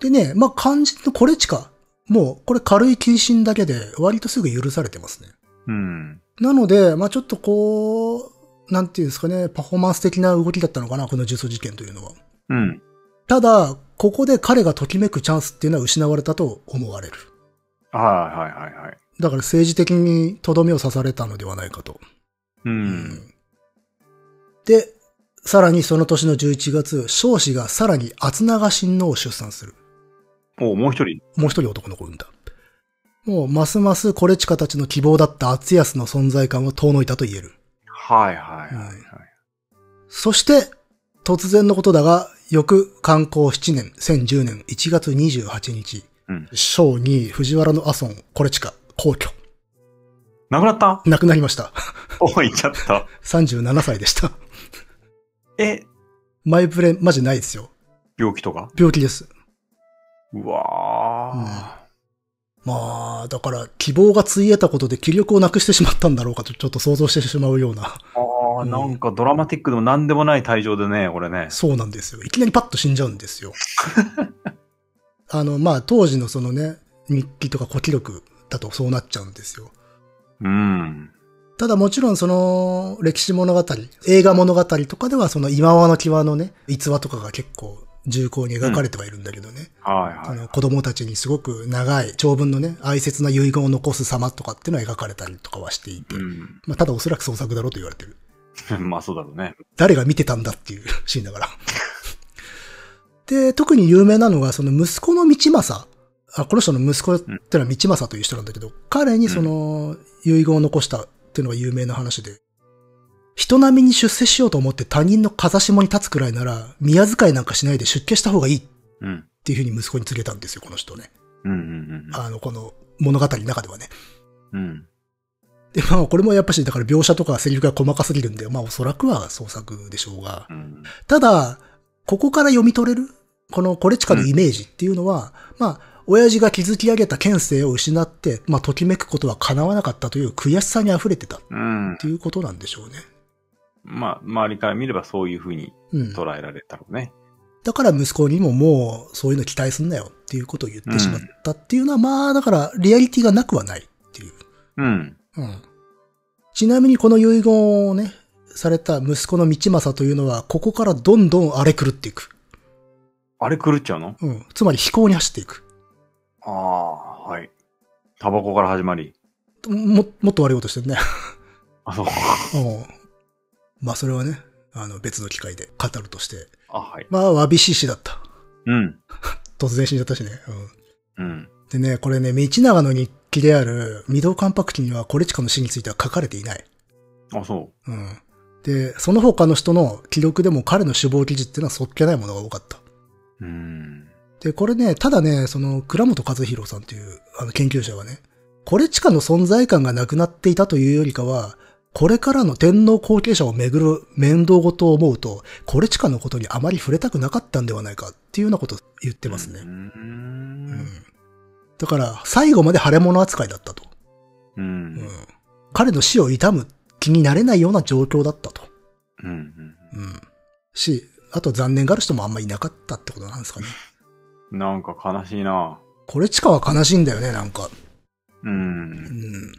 でね、まあ、肝心のこれちか。もう、これ軽い謹慎だけで、割とすぐ許されてますね。うん。なので、まあ、ちょっとこう、なんていうんですかね、パフォーマンス的な動きだったのかな、この呪詛事件というのは。うん。ただ、ここで彼がときめくチャンスっていうのは失われたと思われる。はいはいはいはい。だから政治的にとどめを刺されたのではないかと。う。うんで、さらにその年の11月、少子がさらに厚長親王を出産する。お、もう一人。もう一人男の子を産んだ。もう、ますますコレチカたちの希望だった厚安の存在感を遠のいたと言える。はいはいはいははいい。そして、突然のことだが、翌観光7年、1010年1月28日、うん小に藤原の阿孫、コレチカ、皇居、なくなった 亡くなりました。 お、いっちゃった。 37歳でした。え、前触れ、マジないですよ。病気とか病気です。うわまあ、だから、希望がついえたことで気力をなくしてしまったんだろうかと、ちょっと想像してしまうような。ー。ああ、なんかドラマティックでも何でもない退場でね、これね。そうなんですよ。いきなりパッと死んじゃうんです よ。あの、まあ、当時のそのね、日記とか古記録だとそうなっちゃうんですよ。うん。ただもちろんその歴史物語、映画物語とかではその今和の際のね、逸話とかが結構重厚に描かれてはいるんだけどね。はいあはい。の子供たちにすごく長い長文のね、哀切な遺言を残す様とかっていうのは描かれたりとかはしていて、うまあ、ただおそらく創作だろうと言われてる。ん。ま あそうだろうね。誰が見てたんだっていう シーンだから。で、特に有名なのが、その息子の道政。あ、この人の息子ってのは道政という人なんだけど、彼にその遺言を残したっていうのが有名な話で、人並みに出世しようと思って他人の風下に立つくらいなら、宮遣いなんかしないで出家した方がいいっうん。ていうふうに息子に告げたんですよ、この人ね。うんうんあの、この物語の中ではね。うん。うん。で、まあ、これもやっぱし、だから描写とかセリフが細かすぎるんで、まあ、おそらくは創作でしょうがう。ん。ただ、ここから読み取れる、このコレチカのイメージっていうのは、まあ、親父が築き上げた県政を失って、まあ、ときめくことは叶わなかったという悔しさに溢れてたっうん。ていうことなんでしょうね。まあ、周りから見ればそういうふうにうん。捉えられたろうね。だから息子にももう、そういうの期待すんなよっていうことを言ってしまったっていうのは、まあ、だから、リアリティがなくはないっていう。うん。うん。ちなみにこの遺言をね、された息子の道政というのは、ここからどんどん荒れ狂っていく。あれ狂っちゃうのうん。つまり飛行に走っていく。ああ、はい。タバコから始まり。も、もっと悪いことしてるね。あ、そう。うん。まあそれはね、あの別の機会で語るとして。あ、はい。まあ、わびしい死だった。うん。突然死んじゃったしね。うん。うん。でね、これね、道長の日記である、御堂関白記にはコレチカの死については書かれていない。あ、そうん。で、その他の人の記録でも彼の死亡記事っていうのはそっけないものが多かった。う。うん。で、これね、ただね、その、倉本和弘さんという、あの、研究者はね、コレチカの存在感がなくなっていたというよりかは、これからの天皇後継者をめぐる面倒事を思うと、コレチカのことにあまり触れたくなかったんではないかっていうようなことを言ってますうね。うんん。だから、最後まで腫れ物扱いだったと。ううんん。彼の死を悼む気になれないような状況だったと。うん。うん。し、あと残念がる人もあんまいなかったってことなんですかね。なんか悲しいな。コレチカは悲しいんだよね、なんか。う。うんん。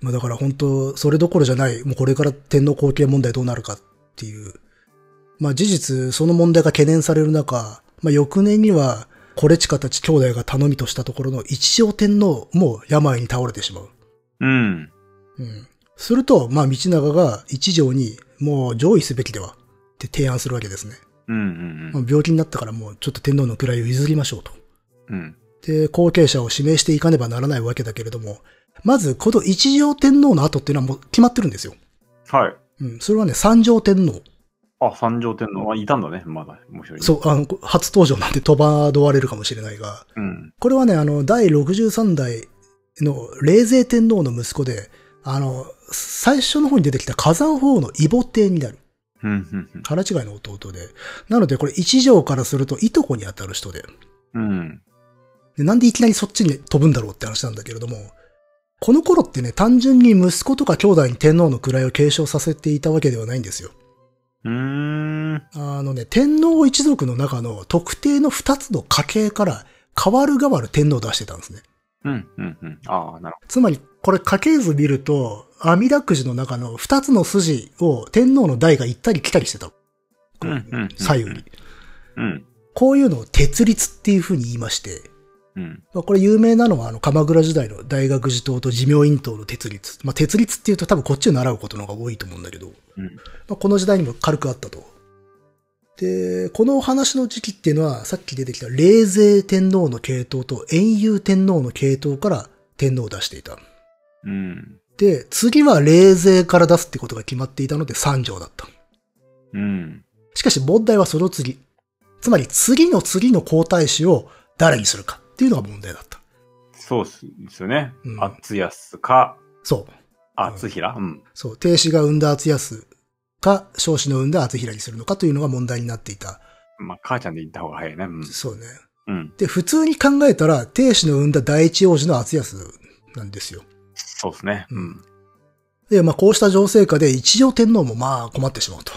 まあだから本当、それどころじゃない、もうこれから天皇後継問題どうなるかっていう。まあ事実、その問題が懸念される中、まあ翌年には、コレチカたち兄弟が頼みとしたところの一条天皇も病に倒れてしまう。うん。うん。すると、まあ道長が一条に、もう上位すべきでは、って提案するわけですね。うん。うん。うまあん。病気になったからもうちょっと天皇の位を譲りましょうと。うん。で、後継者を指名していかねばならないわけだけれども、まず、この一条天皇の後っていうのはもう決まってるんですよ。はい。うん、それはね、三条天皇。あ、三条天皇。あ、いたんだね。まだ、面白い。そう、あの、初登場なんて戸惑われるかもしれないが、うん。これはね、あの、第63代の冷泉天皇の息子で、あの、最初の方に出てきた火山法皇の異母帝になる。うん、うん、腹違いの弟で。なので、これ一条からするといとこに当たる人で。うん。うん。でなんでいきなりそっちに飛ぶんだろうって話なんだけれども、この頃ってね、単純に息子とか兄弟に天皇の位を継承させていたわけではないんですよ。うーん。あのね、天皇一族の中の特定の二つの家系から、代わる代わる天皇を出してたんですね。うん、うん、うん。ああ、なるつまり、これ家系図見ると、阿弥陀くじの中の二つの筋を天皇の代が行ったり来たりしてたの。ほど。うん、うん。左右に。。うん。こういうのを鉄律っていう風に言いまして、うん。まあ、これ有名なのは、あの、鎌倉時代の大学寺党と寿命院党の鉄律。まあ、鉄律っていうと多分こっちを習うことの方が多いと思うんだけど、うん。まあ、この時代にも軽くあったと。で、このお話の時期っていうのは、さっき出てきた冷泉天皇の系統と遠遊天皇の系統から天皇を出していた。うん。で、次は冷泉から出すってことが決まっていたので三条だった。うん。しかし問題はその次。つまり次の次の皇太子を誰にするかっていうのが問題だった。そうっすですよねう。ん厚安か、そう。厚平うん。そう、定子が生んだ厚安か、少子の生んだ厚平にするのかというのが問題になっていた。まあ、母ちゃんで言った方が早いね。うん。そうね。うん。で、普通に考えたら、定子の生んだ第一王子の厚安なんですよ。そうですね。うん。で、まあ、こうした情勢下で一条天皇もまあ困ってしまうと。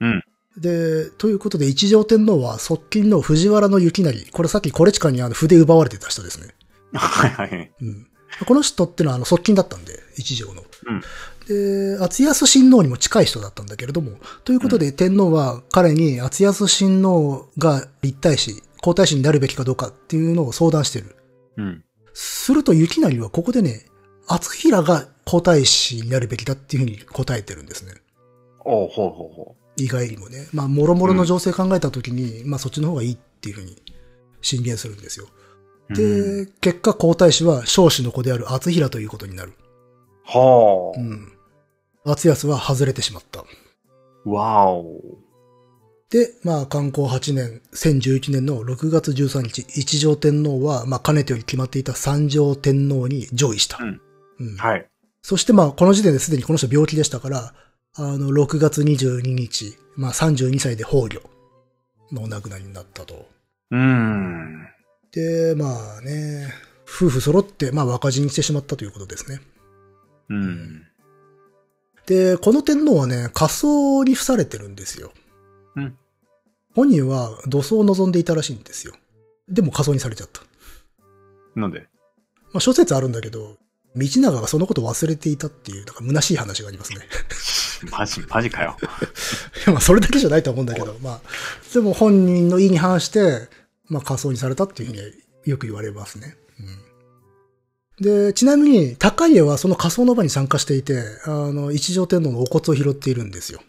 うん。で、ということで一条天皇は側近の藤原の行成、これさっきコレチカにあの筆奪われてた人ですね。はいはい。うん。この人ってのはあの側近だったんで、一条の。うんで、厚安親王にも近い人だったんだけれども、ということで天皇は彼に厚安親王が立体し、皇太子になるべきかどうかっていうのを相談してる。うん。すると雪成はここでね、厚平が皇太子になるべきだっていうふうに答えてるんですね。おうほうほうほ意外にもね。まあ、もろもろの情勢考えた時に、まあそっちの方がいいっていうふうに進言するんですよ。う。うん、で、結果皇太子は少子の子である厚平ということになる。はうあ。ん。厚安は外れてしまった。わお。で、まあ、観光8年、1011年の6月13日、一条天皇は、まあ、かねてより決まっていた三条天皇に上位した。うんうんはい。そして、まあ、この時点ですでにこの人病気でしたから、あの、6月22日、まあ、32歳で崩御のお亡くなりになったと。うーん。で、まあね、夫婦揃って、まあ、若死にしてしまったということですね。うん。で、この天皇はね、仮装に付されてるんですよ。うん本人は土葬を望んでいたらしいんですよ。でも仮装にされちゃった。なんでまあ、諸説あるんだけど、道長がそのことを忘れていたっていう、なんか虚しい話がありますね。 マジ、マジかよ。まあ、それだけじゃないと思うんだけど、まあ、でも本人の意に反して、まあ、仮装にされたっていうふうによく言われますね。うん、で、ちなみに、高家はその仮装の場に参加していて、あの、一条天皇のお骨を拾っているんですよ。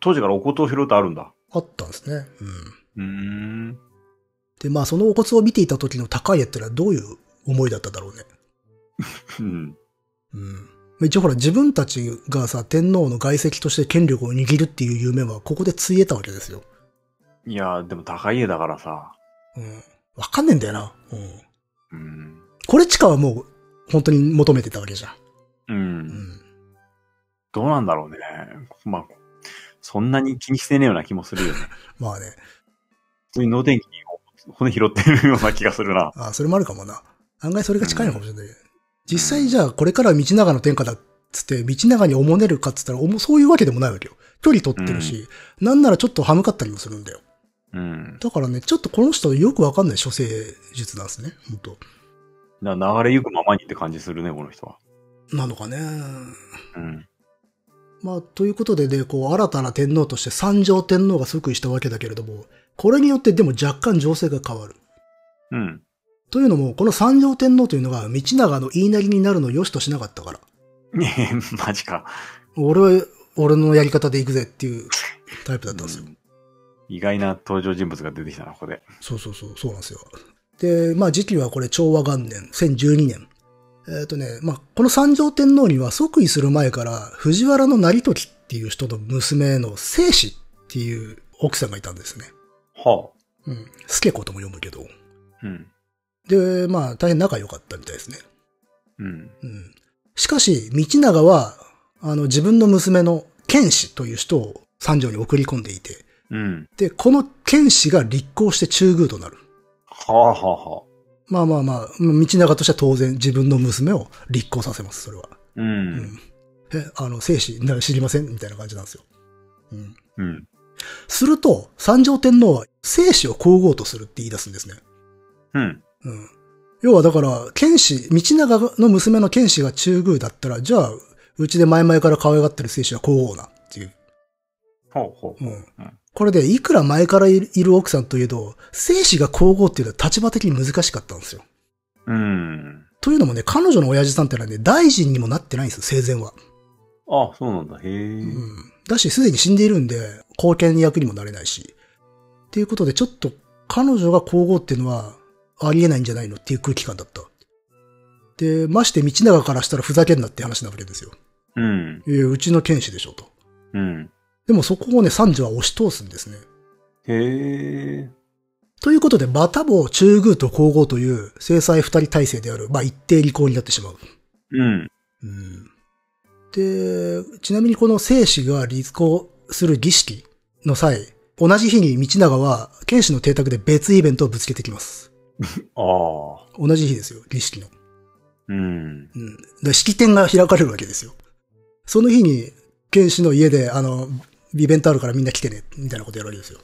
当時からお骨を拾うとあるんだ。あったんですね。うん。うーん。で、まあ、そのお骨を見ていた時の高家ってのはどういう思いだっただろうね。うん。うん。まあ一応ほら、自分たちがさ、天皇の外戚として権力を握るっていう夢は、ここでついえたわけですよ。いやー、でも高い家だからさ。うん。わかんねえんだよな。うん。うん。これチカはもう、本当に求めてたわけじゃん。う。うんん。どうなんだろうね。まあ、そんなに気にしてねえような気もする よね。まあね。普通に脳天気を骨拾ってるような気がするな。あそれもあるかもな。案外それが近いのかもしれない。実際じゃあ、これからは道長の天下だっつって、道長におもねるかっつったら、おもそういうわけでもないわけよ。距離取ってるし、なんならちょっと歯向かったりもするんだよ。うん。だからね、ちょっとこの人よくわかんない処世術なんですね。本当な流れゆくままにって感じするね、この人は。なのかね。うん。まあ、ということでね、こう、新たな天皇として三条天皇が即位したわけだけれども、これによってでも若干情勢が変わる。うん。 というのも、この三条天皇というのが、道長の言いなりになるのを良しとしなかったから。ねえ、マジか。俺は、俺のやり方で行くぜっていうタイプだったんですよ。うん意外な登場人物が出てきたな、ここで。そうそうそう、そうなんですよ。で、まあ時期はこれ昭和元年、1012年。えっ、とね、まあこの三条天皇には即位する前から藤原の成時っていう人の娘の聖子っていう奥さんがいたんですね。はうん。スケ子とも読むけど。あ。うん。で、まあ大変仲良かったみたいですね。うん。うん。しかし、道長は、あの自分の娘の剣士という人を三条に送り込んでいて、うん。で、この剣士が立候して中宮となる。はあはあはあ。まあまあまあ、道長としては当然自分の娘を立候させます、それは。う。うんん。え、あの、生死な知りませんみたいな感じなんですよ。うん。うん。すると、三条天皇は生死を皇后とするって言い出すんですね。うん。うん。要はだから、剣士、道長の娘の剣士が中宮だったら、じゃあ、うちで前々から可愛がってる生死は皇后だっていう。ほうほう。うん。これで、いくら前からいるいる奥さんといえど、生死が皇后っていうのは立場的に難しかったんですよ。うん。というのもね、彼女の親父さんってのはね、大臣にもなってないんですよ、生前は。あ、そうなんだ。へうえ。ん。だし、すでに死んでいるんで、貢献役にもなれないし。っていうことで、ちょっと、彼女が皇后っていうのは、ありえないんじゃないのっていう空気感だった。で、まして道長からしたらふざけんなって話なわけですよ。うん。いやうちの剣士でしょ、と。うん。でもそこをね、三女は押し通すんですね。へえ。ということで、またも中宮と皇后という制裁二人体制である、まあ一定利口になってしまう。うん。うんで、ちなみにこの生死が立候する儀式の際、同じ日に道長は、剣士の邸宅で別イベントをぶつけてきます。ああ。同じ日ですよ、儀式の。うん。うん。で式典が開かれるわけですよ。その日に、剣士の家で、あの、イベントあるからみんな来てね、みたいなことやるわけですよ。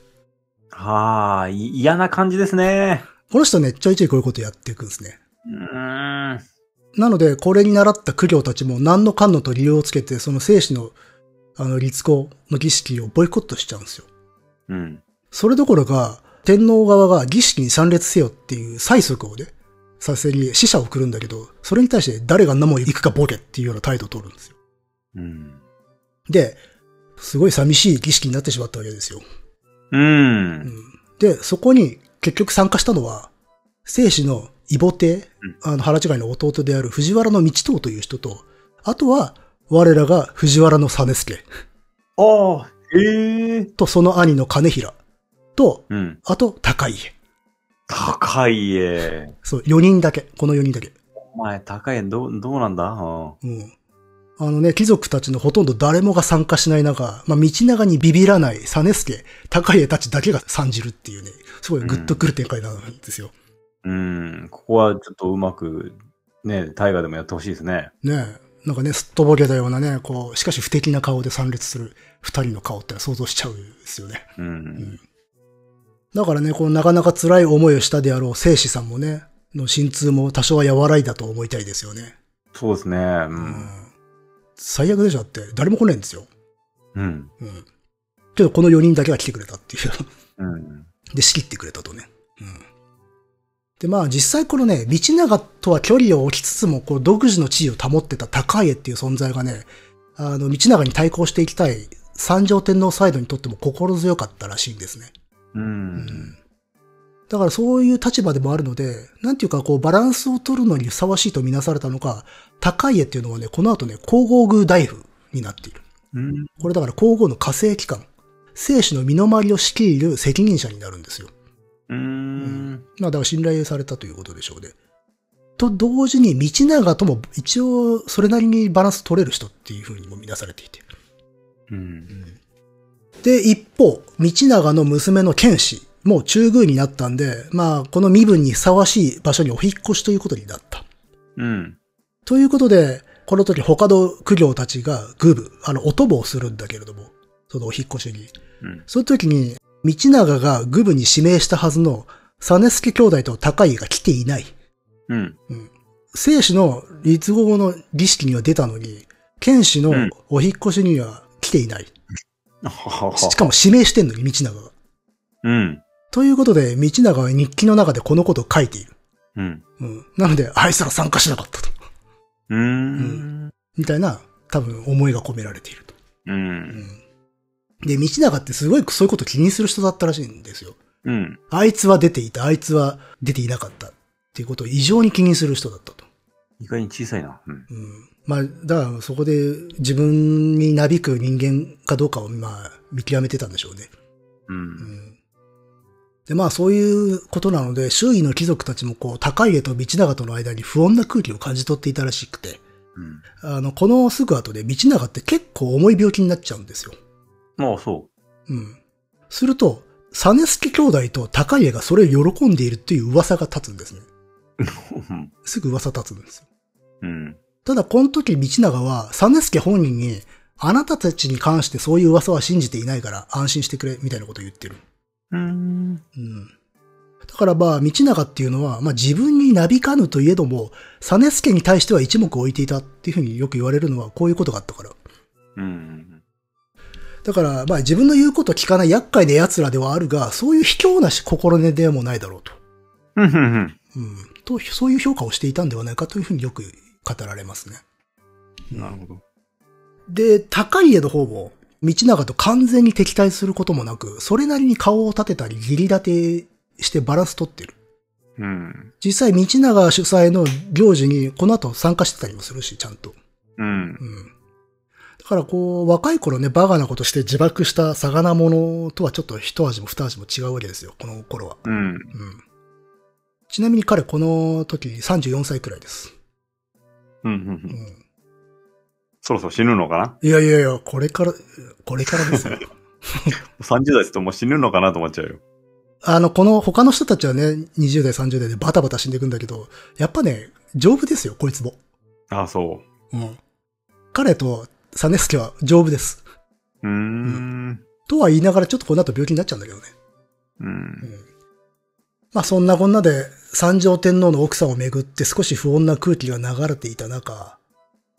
はあ、い嫌な感じですね。この人ね、ちょいちょいこういうことやっていくんですね。うーん。なので、これに習った苦行たちも何のかんのと理由をつけて、その生死の、あの、立候の儀式をボイコットしちゃうんですよ。うん。それどころか、天皇側が儀式に参列せよっていう催促をね、させに死者を送るんだけど、それに対して誰が何も行くかボケっていうような態度を取るんですよ。うん。で、すごい寂しい儀式になってしまったわけですよ。ううんん。で、そこに結局参加したのは、生死の異母帝、あの腹違いの弟である藤原道藤という人と、あとは我らが藤原実助ああ、へえ。とその兄の金平と、うん。あと高家。高いえ。そう、4人だけ。この4人だけ。お前、高いえ、どう、どうなんだうんうん。あのね、貴族たちのほとんど誰もが参加しない中、まあ、道長にビビらない実助、高家たちだけが参じるっていうね、すごいグッとくる展開なんですよ。うん、ここはちょっとうまく、ね、大河でもやってほしいですね。ねえなんかね、すっとぼけたようなね、こう、しかし不敵な顔で参列する二人の顔って想像しちゃうんですよね。うん。だからね、このなかなか辛い思いをしたであろう生死さんもね、の心痛も多少は和らいだと思いたいですよね。そうですね。う。うん最悪でしょだって、誰も来ないんですよ。うん。うん。けどこの4人だけが来てくれたっていう。うん。で仕切ってくれたとね。うん。で、まあ実際このね、道長とは距離を置きつつも、こう独自の地位を保ってた高家っていう存在がね、あの、道長に対抗していきたい三条天皇サイドにとっても心強かったらしいんですね。う。。うんだからそういう立場でもあるので、なんていうかこうバランスを取るのにふさわしいとみなされたのか、高家っていうのはね、この後ね、皇后宮大夫になっている。うん。これだから皇后の火星機関、生死の身の回りを仕切る責任者になるんですよ。うん。まあだから信頼されたということでしょうね。と同時に道長とも一応それなりにバランス取れる人っていうふうにも見なされていて。うん。で、一方、道長の娘の剣士も中宮になったんで、まあこの身分にふさわしい場所にお引っ越しということになった。うん。ということで、この時他の苦行たちがグ部、あの、おとぼをするんだけれども、そのお引っ越しに。うん。その時に、道長がグ部に指名したはずの、実助兄弟と高家が来ていない。うん。生死の立合の儀式には出たのに、剣士のうんお引っ越しには来ていない。はははしかも指名してんのに、道長が。うん。ということで、道長は日記の中でこのことを書いている。うん。うん。なので、あいつら参加しなかったと。うん。みたいな、多分思いが込められていると。う。うんん。で、道長ってすごいそういうこと気にする人だったらしいんですよ。うん。あいつは出ていた、あいつは出ていなかったっていうことを異常に気にする人だったと。意外に小さいな。うん。うん。まあ、だからそこで自分になびく人間かどうかを、まあ、見極めてたんでしょうね。う。うんん。で、まあ、そういうことなので、周囲の貴族たちもこう、高家と道長との間に不穏な空気を感じ取っていたらしくて、うん。あの、このすぐ後で道長って結構重い病気になっちゃうんですよ。まあ、そうん。すると、実助兄弟と高家がそれを喜んでいるっていう噂が立つんですね。う。うんすぐ噂立つんですよ。うん。ただ、この時、道長は、実助本人に、あなたたちに関してそういう噂は信じていないから安心してくれ、みたいなことを言ってる。うん。うん。だからまあ、道長っていうのは、まあ自分になびかぬといえども、実助に対しては一目置いていたっていうふうによく言われるのは、こういうことがあったから。うん。だから、まあ自分の言うことを聞かない厄介な奴らではあるが、そういう卑怯な心根でもないだろうと。うん。うん。うん。と、そういう評価をしていたんではないかというふうによく語られますね。なるほど。で、高家の方も、道長と完全に敵対することもなく、それなりに顔を立てたり、義理立てしてバランス取ってる。うん。実際、道長主催の行事に、この後参加してたりもするし、ちゃんと。うんう。ん。だから、こう、若い頃ね、バカなことして自爆した魚物とはちょっと一味も二味も違うわけですよ、この頃は。うん。うん。ちなみに彼、この時34歳くらいです。うんう。うんん。そろそろ死ぬのかないやいやいや、これから、これからですよ。 ?30 代っつともう死ぬのかなと思っちゃうよ。あの、この他の人たちはね、20代、30代でバタバタ死んでいくんだけど、やっぱね、丈夫ですよ、こいつも。ああ、そうん。彼とサネスケは丈夫です。う。うーん。とは言いながら、ちょっとこの後病気になっちゃうんだけどね。うん。まあ、そんなこんなで、三条天皇の奥さんをめぐって少し不穏な空気が流れていた中、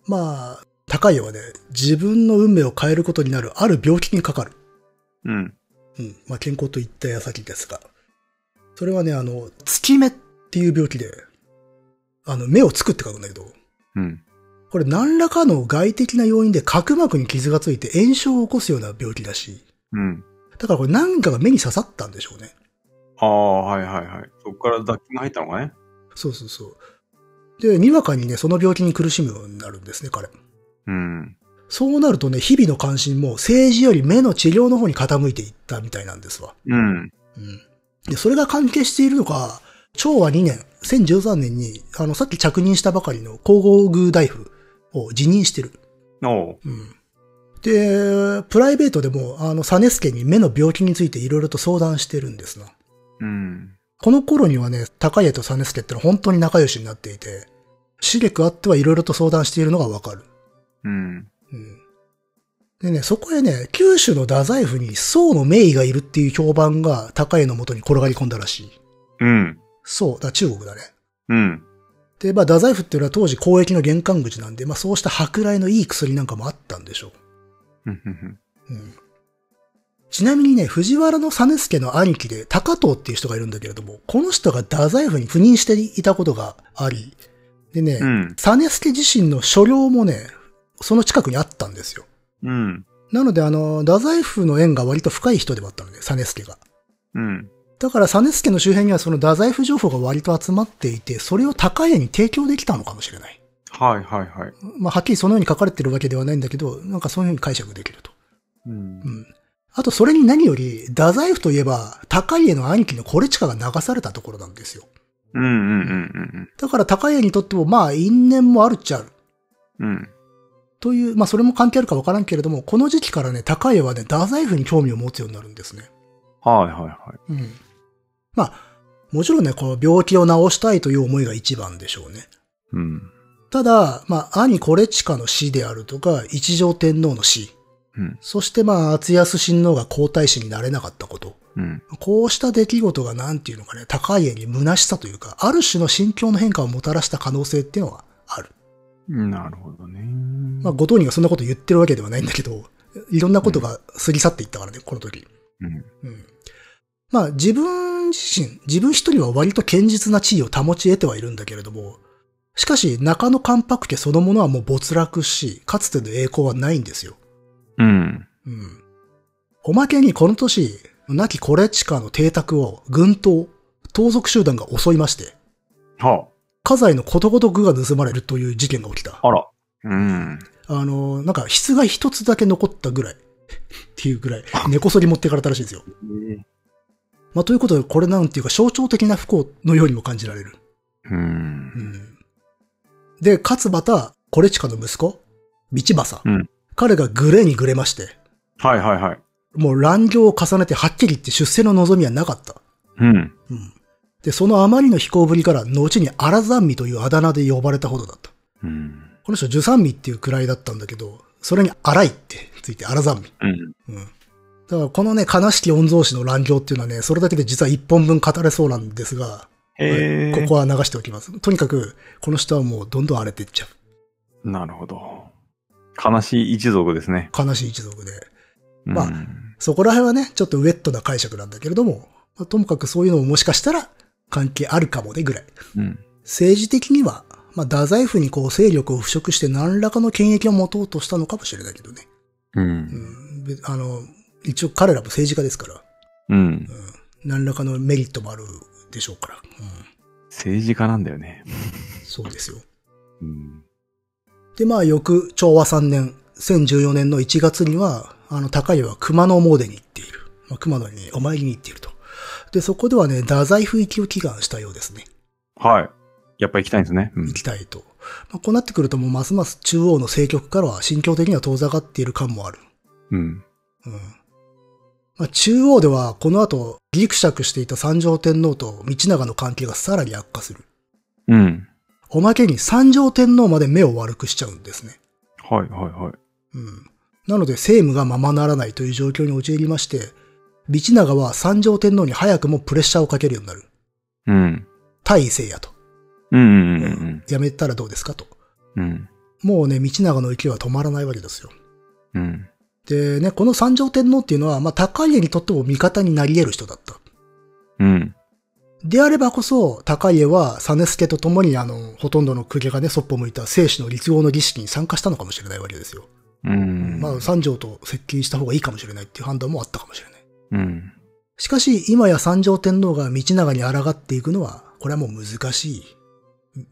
まあ、高家はね、自分の運命を変えることになるある病気にかかる。うん。うん。まあ、健康といった矢先ですが。それはね、あの、月目っていう病気で、あの、目をつくって書くんだけど、うん。これ何らかの外的な要因で角膜に傷がついて炎症を起こすような病気だし、うん。だからこれ何かが目に刺さったんでしょうね。ああ、はいはいはい。そこから雑菌が入ったのかねそうそうそう。で、にわかにね、その病気に苦しむようになるんですね、彼。うん。そうなるとね、日々の関心も政治より目の治療の方に傾いていったみたいなんですわ。うん。うん。で、それが関係しているのが、昭和2年、1013年に、あの、さっき着任したばかりの皇后宮大夫を辞任してる。おう。うん。で、プライベートでも、あの、サネスケに目の病気についていろいろと相談してるんですな。うん。この頃にはね、高家とサネスケってのは本当に仲良しになっていて、しげくあってはいろいろと相談しているのがわかる。うん。うん。でね、そこへね、九州の太宰府に宋の名医がいるっていう評判が高家のもとに転がり込んだらしい。うん。そう、だから中国だね。うん。で、まあ、太宰府っていうのは当時交易の玄関口なんで、まあそうした舶来のいい薬なんかもあったんでしょう。うんうんうんちなみにね、藤原の実助の兄貴で高藤っていう人がいるんだけれども、この人が太宰府に赴任していたことがあり、でね、うん実助自身の所領もね、その近くにあったんですよ。うん。なので、あの、太宰府の縁が割と深い人でもあったのね、実助が。うん。だから、実助の周辺にはその太宰府情報が割と集まっていて、それを高家に提供できたのかもしれない。はいはいはい。まあ、はっきりそのように書かれてるわけではないんだけど、なんかそういうふうに解釈できると。うんう。ん。あと、それに何より、太宰府といえば、高家の兄貴のコレチカが流されたところなんですよ。うんうんうんだから高家にとっても、まあ、因縁もあるっちゃある。うん。うん。という、まあ、それも関係あるかわからんけれども、この時期からね、高家はね、太宰府に興味を持つようになるんですね。はいはいはうい。ん。まあ、もちろんね、この病気を治したいという思いが一番でしょうね。うん。ただ、まあ、兄コレチカの死であるとか、一条天皇の死、うん。そしてまあ、厚安親王が皇太子になれなかったこと、うん。こうした出来事がなんていうのかね、高家に虚しさというか、ある種の心境の変化をもたらした可能性っていうのはある。なるほどね。まあ、ご当人がそんなこと言ってるわけではないんだけど、いろんなことが過ぎ去っていったからね、この時。うん。うん。まあ、自分自身、自分一人は割と堅実な地位を保ち得てはいるんだけれども、しかし、中野関白家そのものはもう没落し、かつての栄光はないんですよ。うん。うん。おまけにこの年、亡きコレチカの邸宅を軍刀、盗賊集団が襲いまして、は家財のことごとくが盗まれるという事件が起きた。あ、あら。うん。あの、なんか、室外一つだけ残ったぐらい。っていうぐらい、根こそり持ってかれたらしいんですよ。まあ、ということで、これなんていうか象徴的な不幸のようにも感じられる。う。うんん。で、かつまた、コレチカの息子、道政。うん彼がグレにグレまして、はいはいはい。もう乱行を重ねてはっきり言って出世の望みはなかった。うん。うん。で、そのあまりの飛行ぶりから、後にアラザンミというあだ名で呼ばれたほどだった。うん。この人、ジュサンミっていう位だったんだけど、それに荒いってついて、アラザンミ。うん。うん。だから、このね、悲しき御曹司の乱行っていうのはね、それだけで実は一本分語れそうなんですが、へえ。ここは流しておきます。とにかく、この人はもうどんどん荒れていっちゃう。なるほど。悲しい一族ですね。悲しい一族で。うんまあそこら辺はね、ちょっとウェットな解釈なんだけれども、まあともかくそういうのももしかしたら関係あるかもねぐらい。うん。政治的には、まあ、太宰府にこう勢力を腐食して何らかの権益を持とうとしたのかもしれないけどね。う。うんん。べあの、一応彼らも政治家ですから、うん。何らかのメリットもあるでしょうから。うん。政治家なんだよね。そうですよ。うん。で、まあ、翌昭和3年、1014年の1月には、あの、高家は熊野詣に行っている。まあ、熊野にお参りに行っていると。で、そこではね、太宰府行きを祈願したようですね。はい。やっぱ行きたいんですね。うん行きたいと。まあ、こうなってくると、もうますます中央の政局からは心境的には遠ざかっている感もある。うん。うん。まあ、中央では、この後、ギクシャクしていた三条天皇と道長の関係がさらに悪化する。うん。おまけに三条天皇まで目を悪くしちゃうんですね。はいはいはい。うん。なので政務がままならないという状況に陥りまして、道長は三条天皇に早くもプレッシャーをかけるようになる。うん。大異性やと。うんうんうんやめたらどうですかと。うん。うん。もうね、道長の勢いは止まらないわけですよ。うん。でね、この三条天皇っていうのは、まあ、高家にとっても味方になり得る人だった。うん。であればこそ、高家は、実助と共に、あの、ほとんどの公家がね、そっぽ向いた生死の立合の儀式に参加したのかもしれないわけですよ。うん。まあ、三条と接近した方がいいかもしれないっていう判断もあったかもしれない。うん。しかし、今や三条天皇が道長に抗っていくのは、これはもう難しい。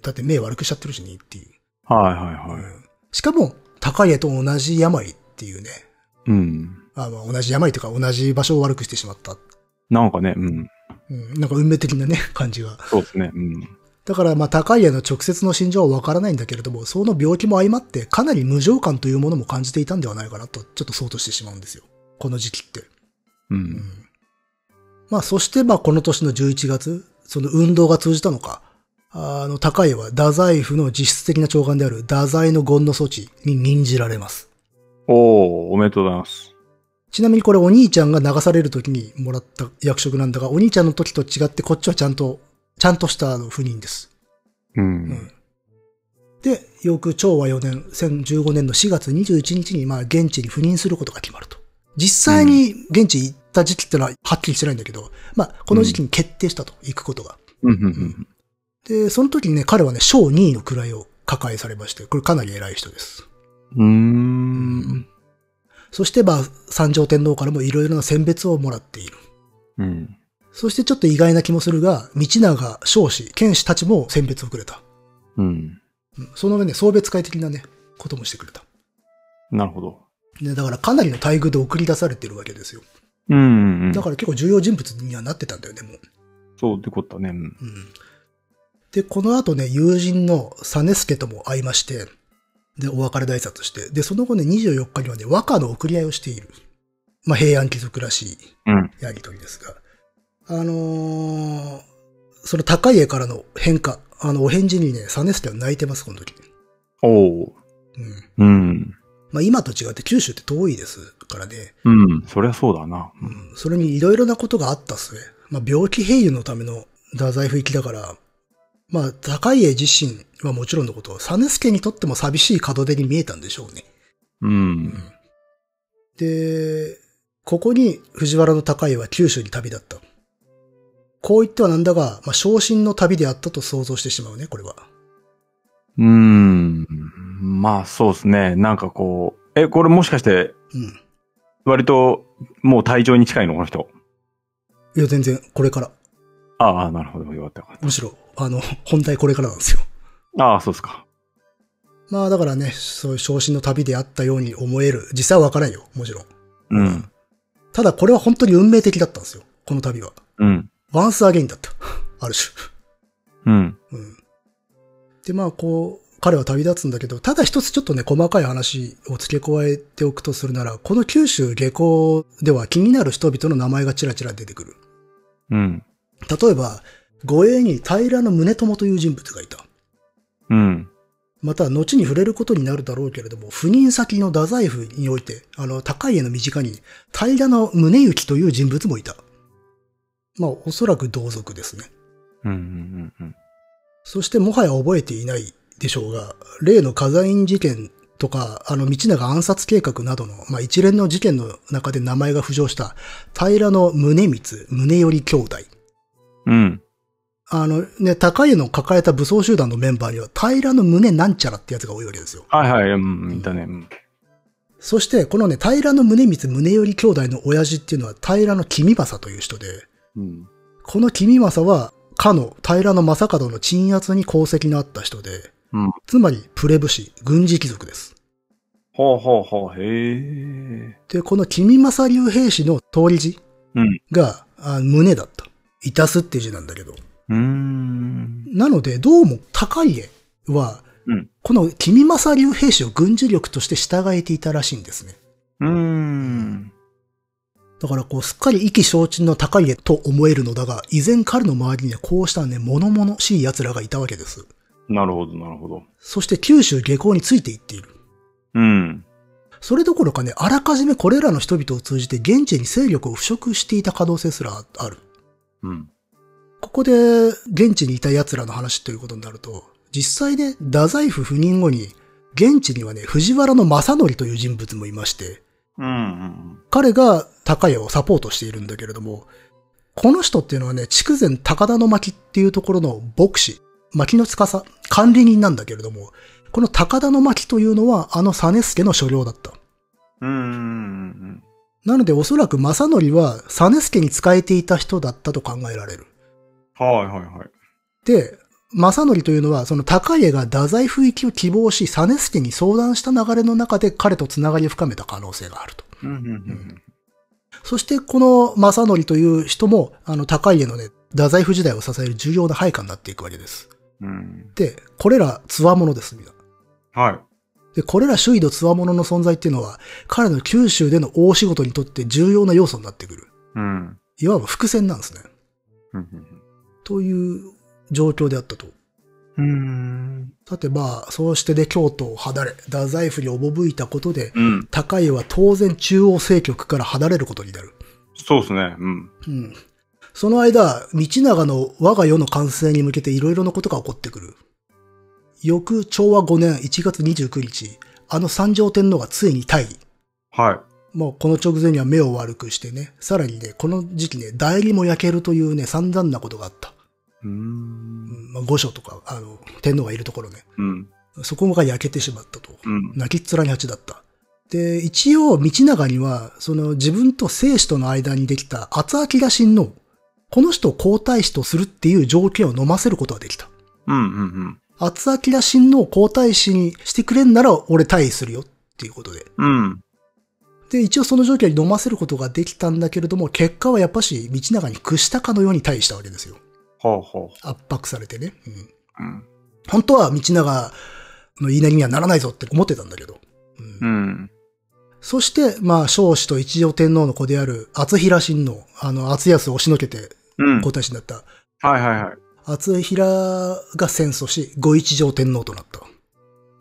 だって目悪くしちゃってるしね、っていう。はいはいはうんしかも、高家と同じ病っていうね。い。うん。あまあ同じ病というか同じ場所を悪くしてしまった。なんかね、うん。うん、なんか運命的なね、 感じが。そうですね。うん。だからまあ高家の直接の心情はわからないんだけれども、その病気も相まってかなり無情感というものも感じていたんではないかなと、ちょっと想像してしまうんですよ。この時期って。う。うんんまあ、そして、まあ、この年の11月、その運動が通じたのか、あの、高家は、太宰府の実質的な長官である、太宰の権の措置に任じられます。おー、おめでとうございます。ちなみにこれ、お兄ちゃんが流される時にもらった役職なんだが、お兄ちゃんの時と違って、こっちはちゃんと、ちゃんとしたあの不任です。うん。で、翌昭和4年、1015年の4月21日に、まあ、現地に赴任することが決まると。実際に現地行った時期ってのははっきりしてないんだけど、まあ、この時期に決定したと、行くことが。うんうんで、その時にね、彼はね、小2位の位を抱えされまして、これかなり偉い人です。うん。うーん。そして、まあ、三条天皇からもいろいろな選別をもらっている。うん。そしてちょっと意外な気もするが、道長、彰子、剣士たちも選別をくれた。うん。うんその上ね、送別会的なね、こともしてくれた。なるほど。ね、だからかなりの待遇で送り出されてるわけですよ。うんうん。だから結構重要人物にはなってたんだよね、もう。そうってことだね。うんうん。で、この後ね、友人の実助とも会いまして、で、お別れで挨拶して、で、その後ね、24日にはね、和歌の送り合いをしている。まあ、平安貴族らしいうん。やりとりですが。あのーその高家からの変化、あの、お返事にね、実助は泣いてます、この時。おー。うん。うん。まあ、今と違って九州って遠いですからね、うん。そりゃそうだな。うんそれにいろいろなことがあった末、まあ、病気併誘のための太宰府行きだから、まあ、高家自身はもちろんのこと、実助にとっても寂しい門出に見えたんでしょうね。うん。で、ここに藤原の高家は九州に旅立った。こう言ってはなんだが、まあ、昇進の旅であったと想像してしまうね、これは。うーん。まあ、そうですね。なんかこう、え、これもしかして、うん。割と、もう退場に近いのこの人。いや、全然、これから。ああ、なるほど。よかったよかっむしろ、あの、本題これからなんですよ。た。ああ、そうですか。まあ、だからね、そういう昇進の旅であったように思える。実際はわからんよ、もちろん。うん。ただ、これは本当に運命的だったんですよ。この旅は。うん。ワンスアゲインだった。ある種。うん。うん。で、まあ、こう、彼は旅立つんだけど、ただ一つちょっとね、細かい話を付け加えておくとするなら、この九州下校では気になる人々の名前がちらちら出てくる。うん。例えば、護衛に平の宗友という人物がいた。うん。また、後に触れることになるだろうけれども、赴任先の太宰府において、あの、高家の身近に、平の宗行という人物もいた。まあ、おそらく同族ですね。うん。うん。うん。そしてもはや覚えていないでしょうが、例の火山院事件とか、あの、道長暗殺計画などの、まあ、一連の事件の中で名前が浮上した、平の宗光、宗頼兄弟。うん。あのね、高家の抱えた武装集団のメンバーには、平の宗なんちゃらってやつが多いわけですよ。はいはい。うん。いたね。うん。そして、このね、平の宗光、宗頼兄弟の親父っていうのは、平の君正という人で、うん。この君正は、かの平の正門の鎮圧に功績のあった人で、うんつまりプレブ氏、軍事貴族です。ほうほうほう。へえ。で、この君正流兵士の通り字うんが、あ胸だった。いたすっていう字なんだけど。うーん。なので、どうも高家は、うんこの君正流兵士を軍事力として従えていたらしいんですね。うーん。だからこう、すっかり意気消沈の高家と思えるのだが、依然彼の周りにはこうしたね、物々しい奴らがいたわけです。なるほど、なるほど。そして九州下校についていっている。うん。それどころかね、あらかじめこれらの人々を通じて現地に勢力を腐食していた可能性すらある。うん。ここで、現地にいた奴らの話ということになると、実際ね、太宰府赴任後に、現地にはね、藤原の正則という人物もいまして、うん。彼が高家をサポートしているんだけれども、この人っていうのはね、筑前高田の巻っていうところの牧師、巻の司、管理人なんだけれども、この高田の巻というのは、あの実助の所領だった。うん。うん。なのでおそらく正則は実助に仕えていた人だったと考えられる。はいはいはい。で、正則というのは、その高家が太宰府行きを希望し、実助に相談した流れの中で彼とつながりを深めた可能性があると。うん。うん。そして、この正則という人も、あの、高家のね、太宰府時代を支える重要な配下になっていくわけです。うん。で、これら、つわものです、みんな。はい。で、これら周囲のつわものの存在っていうのは、彼の九州での大仕事にとって重要な要素になってくる。うん。いわば伏線なんですね。うん。という状況であったと。うん。さてまあ、そうしてで京都を離れ、太宰府に赴いたことで、うん。高家は当然中央政局から離れることになる。そうですね。うん。うん。その間、道長の我が世の完成に向けていろいろなことが起こってくる。翌昭和5年1月29日、あの三条天皇がついに退位。はい。もうこの直前には目を悪くしてね、さらにね、この時期ね、代理も焼けるというね、散々なことがあった。うう。んんまあ、御所とか、あの、天皇がいるところね。うん。そこが焼けてしまったと。うん。泣きっ面に蜂だった。で、一応、道長には、その自分と生死との間にできた厚明が親王、この人を皇太子とするっていう条件を飲ませることができた。うん。うん。厚明が親王を皇太子にしてくれんなら俺退位するよっていうことで。うん。で、一応その条件に飲ませることができたんだけれども、結果はやっぱし道長に屈したかのように退位したわけですよ。ほうほ圧迫されてね。うん。う。うん。本当は道長の言いなりにはならないぞって思ってたんだけど。うんうん。そして、まあ、彰子と一条天皇の子である、厚平親王、あの、厚安を押しのけてうん。皇太子になった、はいはいはい。厚平が戦争し、ご一条天皇となった。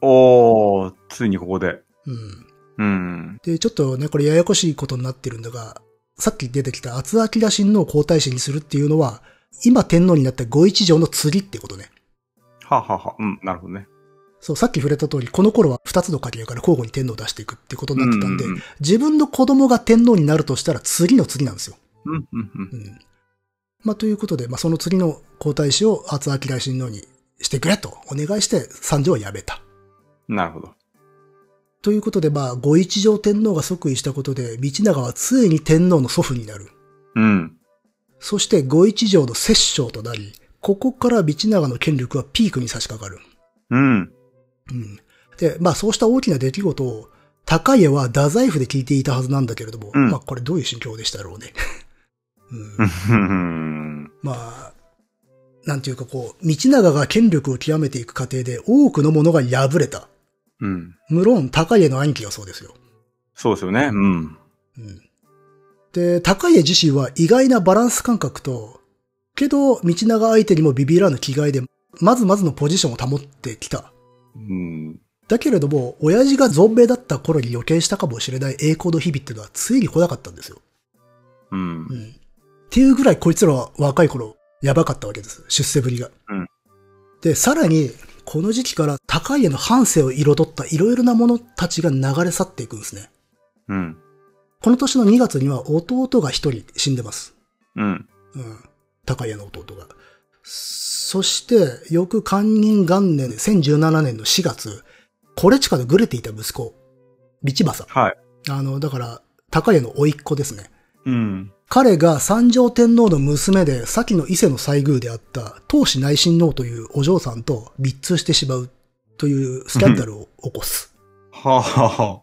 おー、ついにここで。うん。うん。で、ちょっとね、これややこしいことになってるんだが、さっき出てきた厚明親王を皇太子にするっていうのは、今天皇になったご一条の次ってことね。ははは。うん。なるほどね。そう、さっき触れた通り、この頃は二つの家系から交互に天皇を出していくってことになってたんで、うん。自分の子供が天皇になるとしたら次の次なんですよ。うん。うん。うん。まあ、ということで、まあ、その次の皇太子を厚明大親王にしてくれとお願いして三条はやめた。なるほど。ということで、まあ、ご一条天皇が即位したことで、道長はついに天皇の祖父になる。うん。そして五一条の摂政となり、ここから道長の権力はピークに差し掛かる。うん。うん。で、まあそうした大きな出来事を、高家は太宰府で聞いていたはずなんだけれども、うんまあこれどういう心境でしたろうね。 うんうん。まあ、なんていうかこう、道長が権力を極めていく過程で多くのものが破れた。うん。無論、高家の兄貴がそうですよ。そうですよね。うん。うん。で、高家自身は意外なバランス感覚と、けど、道長相手にもビビらぬ気概で、まずまずのポジションを保ってきた。うん。だけれども、親父が存命だった頃に予見したかもしれない栄光の日々っていうのはついに来なかったんですよ。う。うんん。っていうぐらいこいつらは若い頃、やばかったわけです。出世ぶりが。うんで、さらに、この時期から高家の半生を彩ったいろいろなものたちが流れ去っていくんですね。うん。この年の2月には弟が一人死んでます。うん。うん。高家の弟が。そして、翌寛仁元年、1017年の4月、これちかでぐれていた息子、道政。はい。あの、だから、高家の甥っ子ですね。うん。彼が三条天皇の娘で、先の伊勢の西宮であった、当主内親王というお嬢さんと密通してしまうというスキャンダルを起こす。はあ、はあ。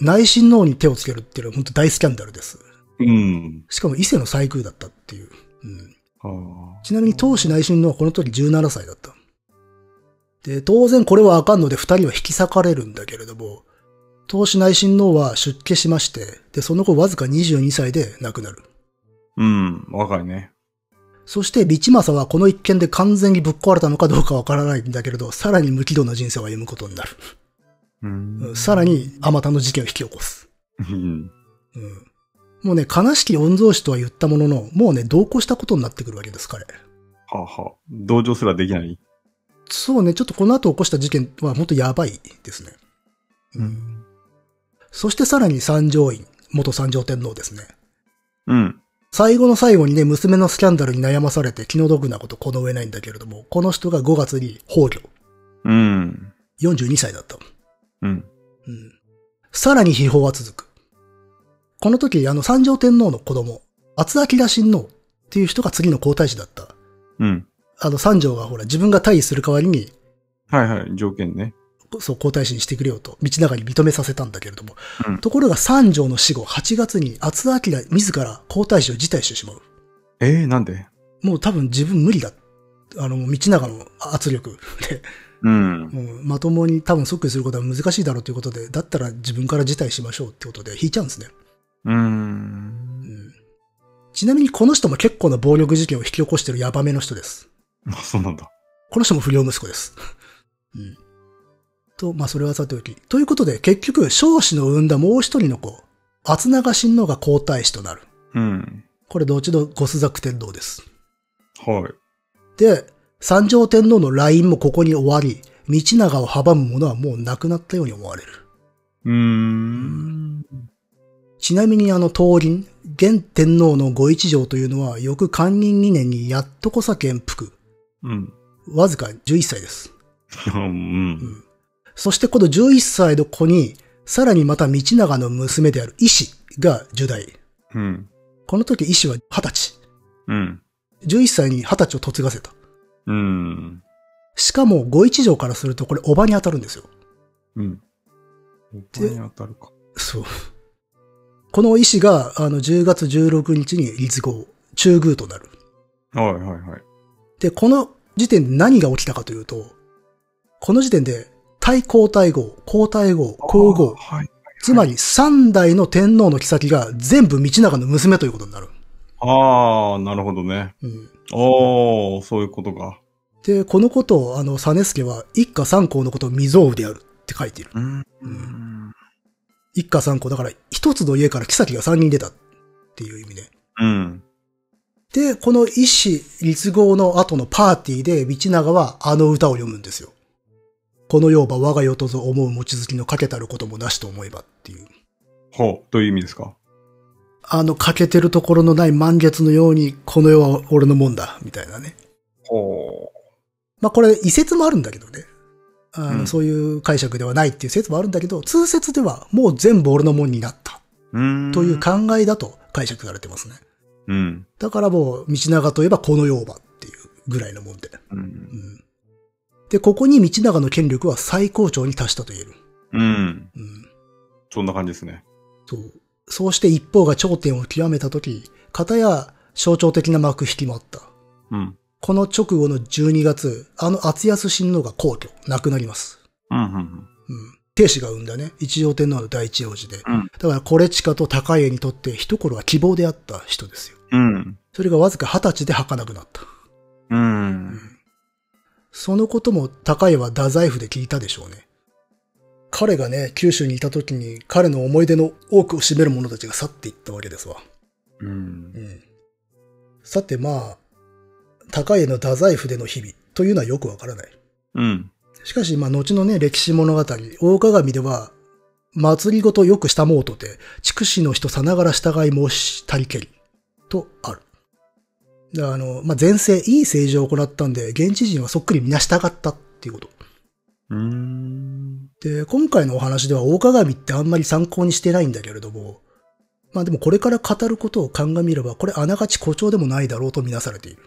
内親王に手をつけるっていうのは本当大スキャンダルです。うん。しかも伊勢の西宮だったっていう。うん、はあ。ちなみに当主内親王はこの時17歳だった。で、当然これはあかんので二人は引き裂かれるんだけれども、当主内親王は出家しまして、で、その後わずか22歳で亡くなる。うん。若いね。そして、道政はこの一件で完全にぶっ壊れたのかどうかわからないんだけれど、さらに無軌道な人生を歩むことになる。うん。さらに、あまたの事件を引き起こす。うん。うんもうね、悲しき御曹司とは言ったものの、もうね、同行したことになってくるわけです、彼。はあ、はあ。同情すらできない。そうね、ちょっとこの後起こした事件は本当やばいですね。うんん。そしてさらに三条院、元三条天皇ですね。うん。最後の最後にね、娘のスキャンダルに悩まされて気の毒なことこの上ないんだけれども、この人が5月に崩うん。御、42歳だった。うん。うんさらに秘宝は続く。この時、あの、三条天皇の子供、厚明親王っていう人が次の皇太子だった。うん。あの、三条がほら、自分が退位する代わりに、はいはい。条件ね。そう、皇太子にしてくれよと、道長に認めさせたんだけれども。うんところが三条の死後、8月に厚明自ら皇太子を辞退してしまう。えー、なんでもう多分自分無理だ。あの、道長の圧力で、うん。うんまともに多分即位することは難しいだろうということで、だったら自分から辞退しましょうってことで引いちゃうんですね。うん。ちなみにこの人も結構な暴力事件を引き起こしてるヤバめの人です。あ、そうなんだ。この人も不良息子です。 うん。と、まあそれはさておき。ということで、結局、少子の生んだもう一人の子、厚長親王が皇太子となる。うん。これ、後のゴスザク天皇です。はい。で、三条天皇の来院もここに終わり、道長を阻む者はもうなくなったように思われる。うーん。ちなみにあの東林、現天皇のご一条というのは、翌寛仁2年にやっと小酒延服、うん。わずか11歳です。うん。そしてこの11歳の子に、さらにまた道長の娘である医師が10代。うん。この時医師は20歳。うん。 11歳に20歳を嫁がせた。うん。しかも、ご一条からするとこれおばに当たるんですよ。うん。お金当たるか。そう。この医師が、あの、10月16日に立後、中宮となる。はいはいはい。で、この時点で何が起きたかというと、この時点で、対皇太后、皇太后、皇后、はい。つまり3代の天皇の妃が全部道長の娘ということになる。ああ、なるほどね。うんおー、そういうことか。で、このことを、あの、実助は、一家三公のことを未曾有であるって書いている。うん。一家三公、だから、一つの家から妃が三人出たっていう意味で。うん。で、この一子立合の後のパーティーで、道長はあの歌を読むんですよ。この世ば我が世とぞ思う餅月のかけたることもなしと思えばっていう。ほう、どういう意味ですかあの、欠けてるところのない満月のように、この世は俺のもんだ、みたいなね。ほまあこれ、異説もあるんだけどね。あのうんそういう解釈ではないっていう説もあるんだけど、通説ではもう全部俺のもんになったう。うん。という考えだと解釈されてますね。うん。だからもう、道長といえばこの世ばっていうぐらいのもんで。うう。んん。で、ここに道長の権力は最高潮に達したと言える。うん。うん。そんな感じですね。そう。そうして一方が頂点を極めたとき、片や象徴的な幕引きもあった。うん。この直後の12月、あの厚安親王が皇居、亡くなります。うん。うん。うん。帝子が産んだね、一条天皇の第一王子で。うんだから、コレチカと高家にとって一頃は希望であった人ですよ。うん。それがわずか二十歳で儚くなった。うん。そのことも高家は太宰府で聞いたでしょうね。彼がね、九州にいた時に彼の思い出の多くを占める者たちが去っていったわけですわ。うんう。ん。さてまあ、高家の太宰府での日々というのはよくわからない。うん。しかし、まあ、後のね、歴史物語、大鏡では、祭りごとよくしたもうとて、筑紫の人さながら従い申したりけり、とある。であの、まあ、前世、いい政治を行ったんで、現地人はそっくり皆従ったっていうこと。うん。で、今回のお話では大鏡ってあんまり参考にしてないんだけれども、まあでもこれから語ることを鑑みれば、これあながち誇張でもないだろうとみなされている。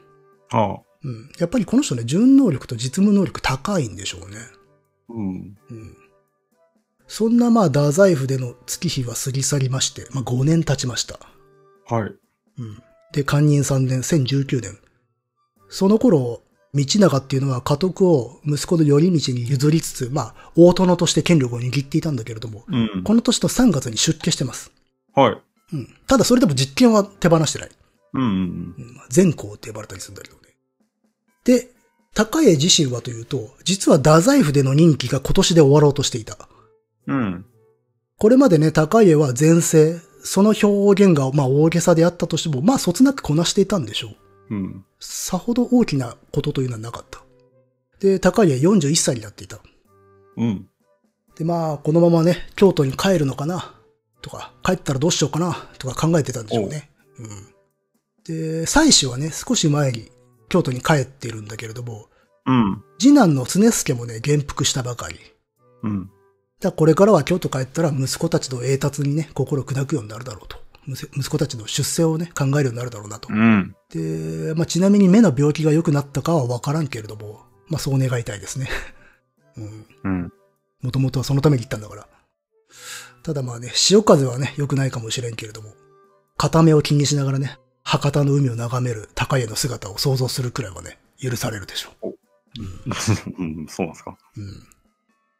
はあ。うん。やっぱりこの人ね、純能力と実務能力高いんでしょうね。ううん。ん。そんなまあ、太宰府での月日は過ぎ去りまして、まあ5年経ちました。はうい。ん。で、寛任3年、1019年。その頃、道長っていうのは家督を息子の頼道に譲りつつ、まあ、大殿として権力を握っていたんだけれども、うん。この年の3月に出家してます。はい。うん。ただそれでも実権は手放してない。うんうん。うんまあ善行って呼ばれたりするんだけどね。で、高江自身はというと、実は太宰府での任期が今年で終わろうとしていた。うん。これまでね、高家は前世、その表現がまあ大げさであったとしても、まあそつなくこなしていたんでしょう。うん。さほど大きなことというのはなかった。で、高家は41歳になっていた。うん。で、まあ、このままね、京都に帰るのかなとか、帰ったらどうしようかなとか考えてたんでしょうね。うん。で、妻子はね、少し前に京都に帰っているんだけれども、うん。次男の常助もね、元服したばかり。うん。だからこれからは京都帰ったら息子たちの栄達にね、心砕くようになるだろうと。むせ息子たちの出世をね、考えるようになるだろうなとう。ん。で、まあ、ちなみに目の病気が良くなったかはわからんけれども、まあ、そう願いたいですね。 うん。うん。もともとはそのために行ったんだから。ただまあね、潮風はね、良くないかもしれんけれども、片目を気にしながらね、博多の海を眺める高家の姿を想像するくらいはね、許されるでしょう。うん。うん。そうなんですか。うん。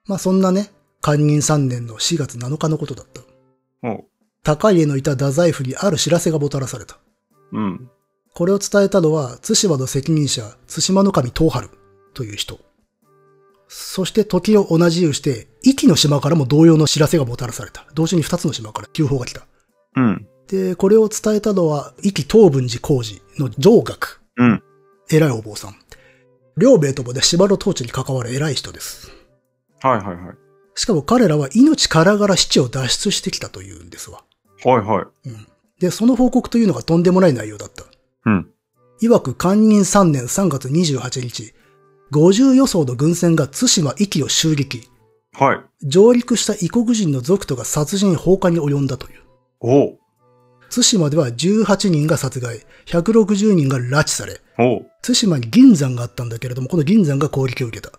まあそんなね、寛任3年の4月7日のことだった。お高家のいた太宰府にある知らせがもたらされた。うん。これを伝えたのは、津島の責任者、津島の神東春という人。そして時を同じうして、壱岐の島からも同様の知らせがもたらされた。同時に二つの島から急報が来た。うん。で、これを伝えたのは、壱岐東文寺工事の上学。うん。偉いお坊さん。両名ともね、島の統治に関わる偉い人です。はいはいはい。しかも彼らは命からがら死地を脱出してきたというんですわ。はいはい。うん。で、その報告というのがとんでもない内容だった。うん。いわく寛任3年3月28日、50予想の軍船が津島壱岐を襲撃、はい。上陸した異国人の族徒が殺人放火に及んだという。おう。津島では18人が殺害、160人が拉致され、おう。津島に銀山があったんだけれども、この銀山が攻撃を受けた。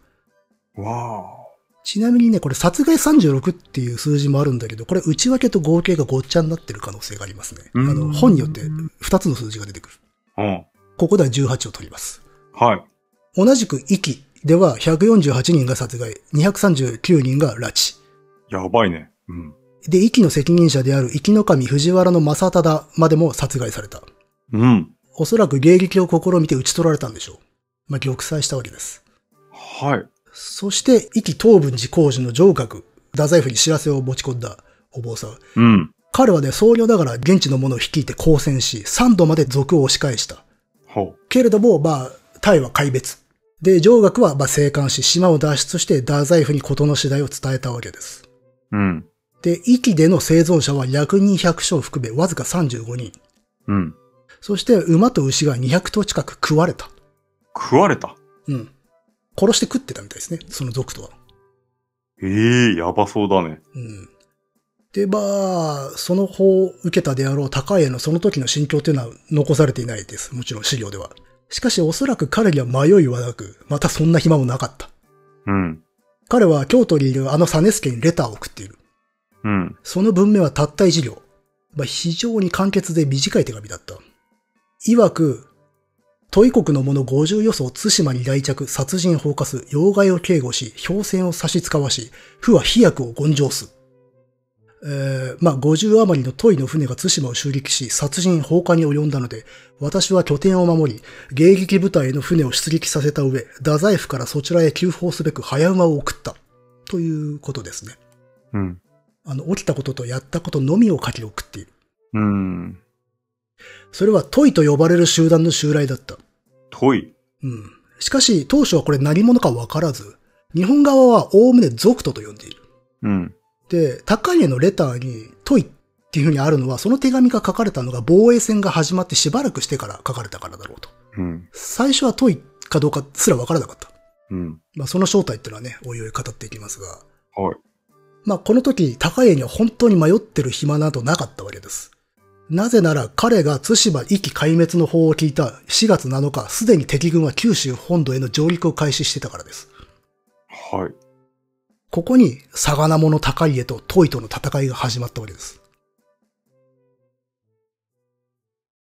わあ。ちなみにね、これ殺害36っていう数字もあるんだけど、これ内訳と合計がごっちゃになってる可能性がありますね。あうんの、本によって2つの数字が出てくる。うん。ここでは18を取ります。はい。同じく壱岐では148人が殺害、239人が拉致。やばいね。うん。で、壱岐の責任者である壱岐の神藤原の正忠までも殺害された。うん。おそらく迎撃を試みて撃ち取られたんでしょう。まあ、玉砕したわけです。はい。そして、壱岐東文寺工事の上閣、太宰府に知らせを持ち込んだお坊さん。うん。彼はね、僧侶ながら現地の者を率いて抗戦し、3度まで賊を押し返した。ほけれども、まあ、タイは壊滅。で、上学は、まあ、生還し、島を脱出して、太宰府に事の次第を伝えたわけです。う。うん。で、壱岐での生存者は役人100章含め、わずか35人。うん。そして、馬と牛が200頭近く食われた。食われた。うん。殺して食ってたみたいですね、その族とは。ええやばそうだね。うん。で、まあ、その方を受けたであろう高家のその時の心境というのは残されていないです。もちろん資料では。しかしおそらく彼には迷いはなく、またそんな暇もなかった。うん。彼は京都にいるあの実助にレターを送っている。うん。その文面はたった一行。まあ、非常に簡潔で短い手紙だった。曰く、トイ国の者50予想津島に来着、殺人放火す、要害を警護し、氷船を差し使わし、負は飛躍を権上す。えー、まあ、50余りのトイの船が津島を襲撃し、殺人放火に及んだので、私は拠点を守り、迎撃部隊への船を出撃させた上、太宰府からそちらへ急報すべく早馬を送った。ということですね。うん。あの、起きたこととやったことのみを書き送っている。うん。それはトイと呼ばれる集団の襲来だった。遠い。うん。しかし、当初はこれ何者かわからず、日本側はおおむね族徒と呼んでいる。うん。で、高家のレターにトイっていう風にあるのは、その手紙が書かれたのが防衛戦が始まってしばらくしてから書かれたからだろうと。うん。最初はトイかどうかすらわからなかった。うん。まあ、その正体っていうのはね、おいおい語っていきますが。はい。まあ、この時、高家には本当に迷ってる暇などなかったわけです。なぜなら彼が津島一揆壊滅の法を聞いた4月7日、すでに敵軍は九州本土への上陸を開始してたからです。はい。ここに、魚物高家と遠いとの戦いが始まったわけです。